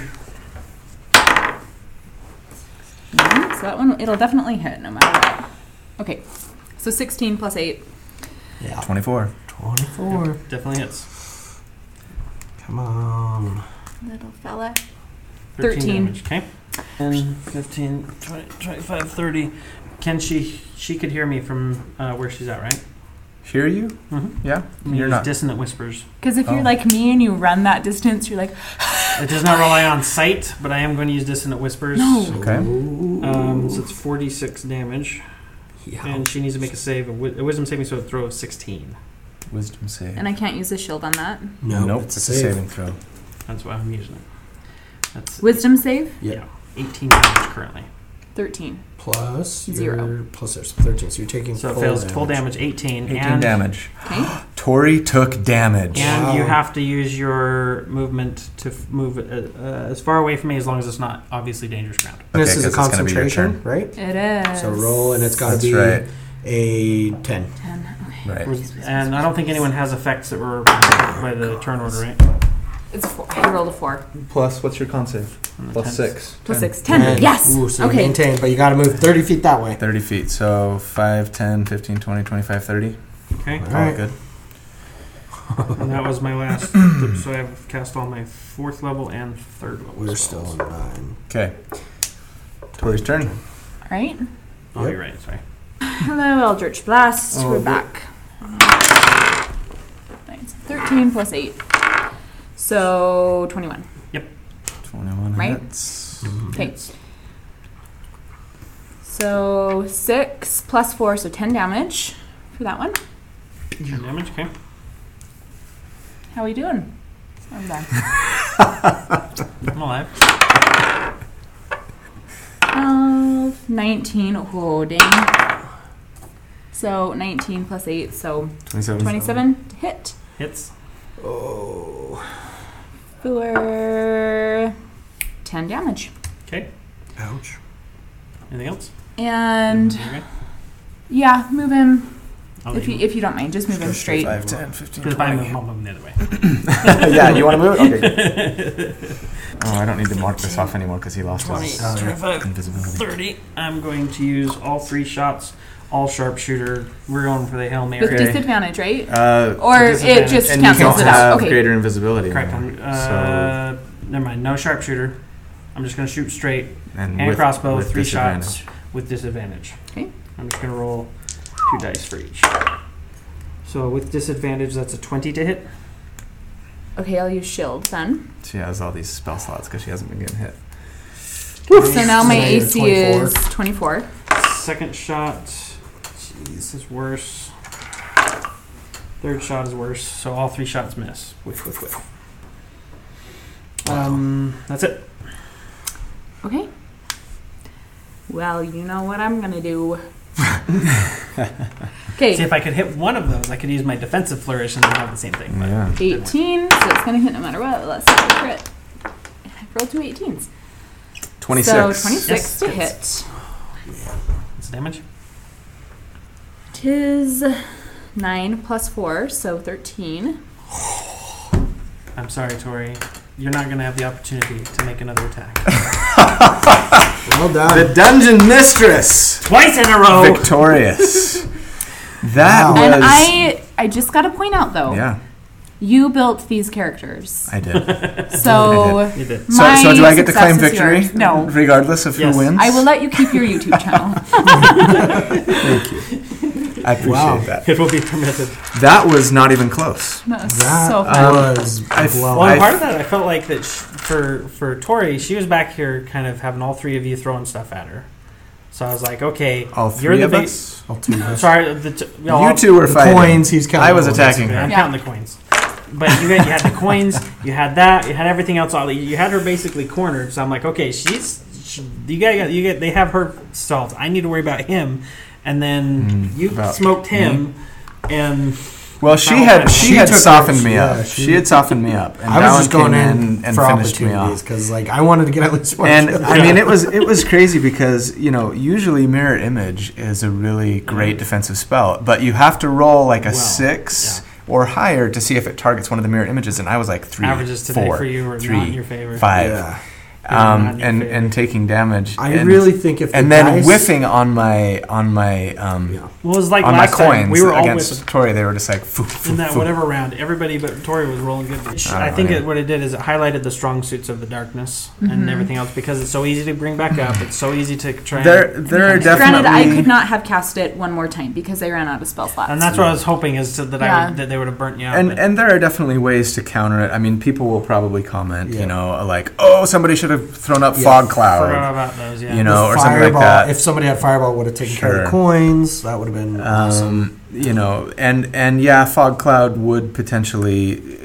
Mhm, So that one, it'll definitely hit no matter what. Okay, so 16 plus 8.
Yeah.
24.
24.
Definitely hits.
Come on.
Little fella. 13.
damage, okay. And 15, 20, 25, 30. Can she. She could hear me from uh, where she's at, right?
Hear you?
Mm-hmm.
Yeah. You're
use
not.
dissonant whispers.
Because if
Oh.
you're like me and you run that distance, you're like,
It does not rely on sight, but I am going to use dissonant whispers.
No.
Okay.
Um, so it's 46 damage,
Yeah.
and she needs to make a save, a, wi- a wisdom saving throw throw of 16.
Wisdom save.
and I can't use a shield on that.
No,
nope,
it's
it's,
a
a
save.
saving throw.
That's why I'm using it. That's
Wisdom save?
Yeah.
18 damage currently.
13.
Plus your,
Zero.
Plus there's 13. So you're taking
So it
full
fails
damage.
full damage, 18.
18
and,
damage.
Okay.
Tori took damage.
And
Wow.
you have to use your movement to f- move uh, uh, as far away from me as long as it's not obviously dangerous ground.
This is a
'cause it's gonna be your
concentration, right?
It is.
So roll, and it's got to
That's
be
right.
a 10.
10. Okay.
Right.
And I don't think anyone has effects that were protected by the turn order, right?
It's four. I rolled a 4.
Plus, what's your con save?
On the
Plus
tenth.
6.
Plus
10.
6. 10. Yes.
Ooh, so you
okay.
maintain, but you got to move 30 feet that way.
30 feet. So 5, 10, 15, 20, 25, 30.
Okay.
All right.
good.
And that was my last. so I've cast all my fourth level and third level.
We're
spells.
still in 9.
Okay. Tori's turn.
All right.
Oh, you're right. Sorry.
Hello, Eldritch Blast.
Oh,
We're
but-
back. Nine, so 13 plus 8. So 21.
21
Right?
hits.
Okay. So 6 plus 4, so 10 damage for that one.
Ten damage. Okay.
How we doing? Over there.
I'm alive.
Uh, 19. Oh, dang. So 19 plus 8, so
27.
27 to hit
Hits.
Oh.
for 10 damage.
Okay.
Ouch.
Anything else?
And
You're good?
yeah, move him
I'll
if
let
you,
you
if you don't mind. Just move him straight.
5, 10, 15,
Because if I
20.
move, I'll move the other way.
yeah, you want to move it? Okay. good.
Oh, I don't need to mark this off anymore because he lost
20,
his
25,
invisibility.
30. I'm going to use all three shots, all sharpshooter. We're going for the Hail Mary.
With disadvantage, right?
Uh,
Or it
disadvantage.
just
and you
cancels
don't
it out.
have
Okay.
greater invisibility.
Correct. Um,
anymore.
I'm, uh, Never mind. No sharpshooter. I'm just going to shoot straight.
and
Hand
with-
crossbow,
with
three
disadvantage.
shots with disadvantage.
Okay.
I'm just going to roll two dice for each. So with disadvantage, that's a 20 to hit.
Okay, I'll use shield then.
She has all these spell slots because she hasn't been getting hit.
So now my
So you're
AC is 24.
Second shot. Jeez, is worse. Third shot is worse. So all three shots miss. Whiff, whiff, whiff. Um, that's it.
Okay. Well, you know what I'm gonna do.
See
Okay,
if I could hit one of those, I could use my defensive flourish and then have the same thing. But
Yeah.
18, so it's gonna hit no matter what. Let's see the crit. I rolled two 18s.
26.
So 26
Yes,
to
hits.
hit.
it's damage.
Tis 9 plus 4, so 13.
I'm sorry, Tori. You're not gonna have the opportunity to make another attack.
Well done.
The dungeon mistress!
Twice in a row.
Victorious. that
Wow.
was.
Oh. And I I just gotta point out though,
yeah,
you built these characters.
I did.
So
You did.
So, so do I get to
the
claim victory?
No.
Regardless of
Yes.
who wins?
I will let you keep your YouTube channel.
I appreciate
Wow.
that.
It will be permitted.
That was not even close.
That was
That
so
uh,
fun.
was
I
blown.
Well,
I-
and part of that, I felt like that sh- for for Tori, she was back here, kind of having all three of you throwing stuff at her. So I was like, okay,
All
you're
3
the
of
big-
us?
I'll do this.
Sorry, the t- well,
you two were
the
fighting.
coins, he's counting
I was
the coins.
attacking
I'm
her.
Yeah.
counting the coins. But you had, you had the coins, you had that, you had everything else. All you had her basically cornered. So I'm like, okay, she's she, you got you get they have her solved. I need to worry about him, and then
Mm,
you
about
smoked him, and
Well, she
Foul
had
penalty.
she,
She
had
took
softened
her-
me
yeah,
up.
she-
She, had softened me up, and
I was
Dallin
just going
came
in
and
for
finished me off.
opportunities because, like, I wanted to get at least one.
and
kill.
I mean, it was it was crazy because you know usually mirror image is a really great defensive spell, but you have to roll like a
Well,
six or higher to see if it targets one of the mirror images, and I was like three,
averages today
four,
for you were
three,
not in your favor.
five,
Yeah.
Yeah, not in
um,
your
and
favor.
and taking damage.
I
and,
really think if the
and then
dice-
whiffing on my on my um
Yeah.
Well, it was like
on my
last
coins
time, we were all
against
whipping.
Tori. They were just like foo, foo,
in that
foo.
whatever round, everybody but Tori was rolling good. I,
know,
think
yeah.
it, what it did is it highlighted the strong suits of the darkness
Mm-hmm.
and everything else because it's so easy to bring back up. It's so easy to try. and,
There there are definitely
Granted, I could not have cast it one more time because they ran out of spell slots.
and that's what I was hoping is to, that I
Yeah.
would, that they would have burnt you out.
And
but-
and there are definitely ways to counter it. I mean, people will probably comment,
Yeah.
you know, like, "Oh, somebody should have thrown up
Yeah.
fog
forgot
cloud,"
about those. Yeah.
um, you know, or something like
Fireball-
that.
If somebody had fireball, would have taken care of the
Sure.
coins. That would have been
uh,
awesome.
Um, you know, and and yeah, fog cloud would potentially uh,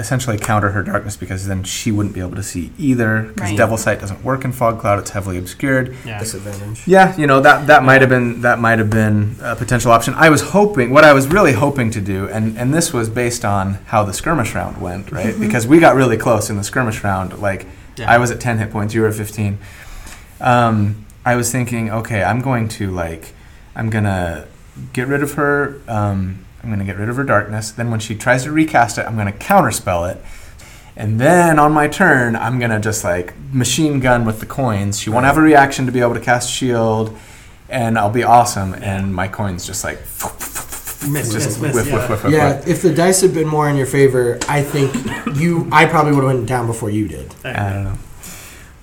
essentially counter her darkness because then she wouldn't be able to see either because
Right.
devil sight doesn't work in fog cloud; it's heavily obscured.
Yeah.
Disadvantage.
Yeah, you know that that might have been that might have been a potential option. I was hoping what I was really hoping to do, and and this was based on how the skirmish round went, right? Because we got really close in the skirmish round. Like
Yeah.
I was at ten hit points, you were at fifteen. Um, I was thinking, okay, I'm going to like, I'm gonna get rid of her. Um, I'm gonna get rid of her darkness. Then when she tries to recast it, I'm gonna counterspell it. And then on my turn, I'm gonna just like machine gun with the coins. She won't have a reaction to be able to cast shield, and I'll be awesome. And my coins just like
Miss, miss,
just
miss,
whiff, whiff,
yeah.
whiff, whiff,
yeah,
whiff.
if the dice had been more in your favor, I think you. I probably would have went down before you did.
I don't know.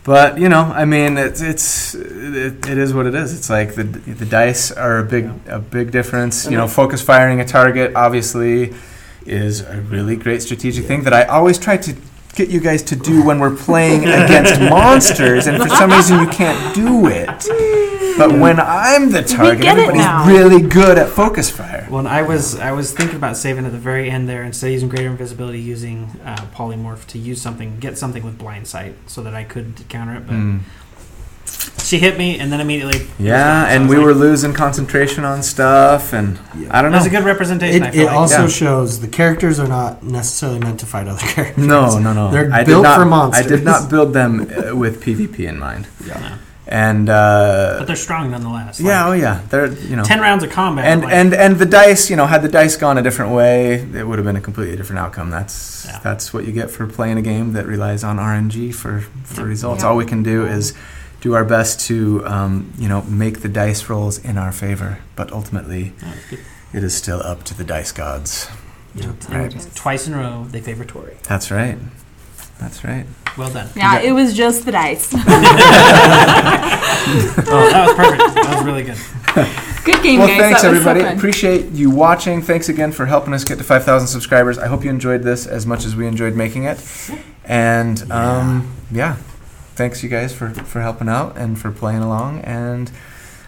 But you know, I mean, it's it's it, it is what it is. It's like the the dice are a big a big difference. You know, focus firing a target obviously is a really great strategic thing that I always try to get you guys to do when we're playing against monsters, and for some reason you can't do it. But when I'm the target,
get it
everybody's
now.
really good at focus fire.
Well, and I was I was thinking about saving at the very end there instead of using greater invisibility, using uh, polymorph to use something, get something with blind sight, so that I could counter it. But
Mm.
she hit me, and then immediately was
Yeah,
gone. So I
and
was
we
like,
were losing concentration on stuff, and I don't
That was a
know.
good representation. I
It,
feel
it
like.
also
Yeah.
shows the characters are not necessarily meant to fight other characters.
No, no, no.
They're
I did
built
not-
for monsters.
I did not build them uh, with PvP in mind.
No.
And uh,
but they're strong nonetheless. Like,
yeah, oh yeah, they're you know
ten rounds of combat.
and
like,
and and the dice you know had the dice gone a different way it would have been a completely different outcome that's
Yeah.
that's what you get for playing a game that relies on rng for for results
Yeah.
all we can do is do our best to um, you know make the dice rolls in our favor but ultimately
No, it's good.
it is still up to the dice gods
Yeah.
Right.
And Twice in a row, they favor Tori.
that's right that's right
Well done.
Yeah, it was just the dice.
Oh, that was perfect. That was really good.
Good game,
well
guys.
thanks
that was
everybody
So fun.
appreciate you watching thanks again for helping us get to 5000 subscribers i hope you enjoyed this as much as we enjoyed making it and um, yeah thanks you guys for, for helping out and for playing along and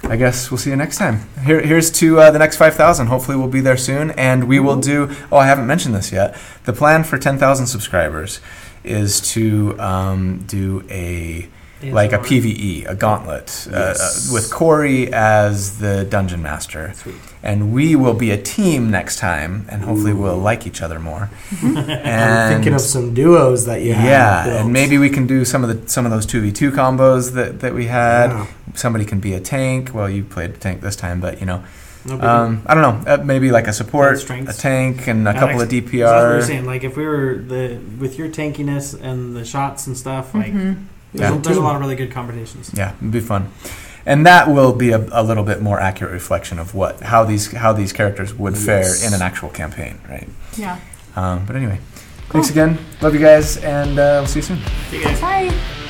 i guess we'll see you next time Here, here's to uh, the next 5000 hopefully we'll be there soon and we will do oh i haven't mentioned this yet the plan for 10000 subscribers is to um, do a like a
ASMR.
PVE, a gauntlet, uh,
Yes.
uh, with Corey as the dungeon master.
Sweet.
And we will be a team next time, and hopefully we'll like each other more.
I'm
and
thinking of some duos that you have.
yeah,
built.
and maybe we can do some of the some of those two v two combos that, that we had.
Yeah.
Somebody can be a tank. Well, you played tank this time, but you know,
No big
um, I don't know. Uh, maybe like a support, a
strengths.
tank, and a
Yeah,
couple
like-
of
Is that what you're
DPR.
saying? Like if we were the with your tankiness and the shots and stuff, like
Mm-hmm.
Yeah.
there's, there's a lot of really good conversations.
Yeah, it'd be fun. And that will be a, a little bit more accurate reflection of what how these how these characters would
Yes.
fare in an actual campaign, right?
Mm-hmm. Yeah.
Um, but anyway, thanks again. Love you guys, and uh, we'll see you soon.
See you guys.
Bye.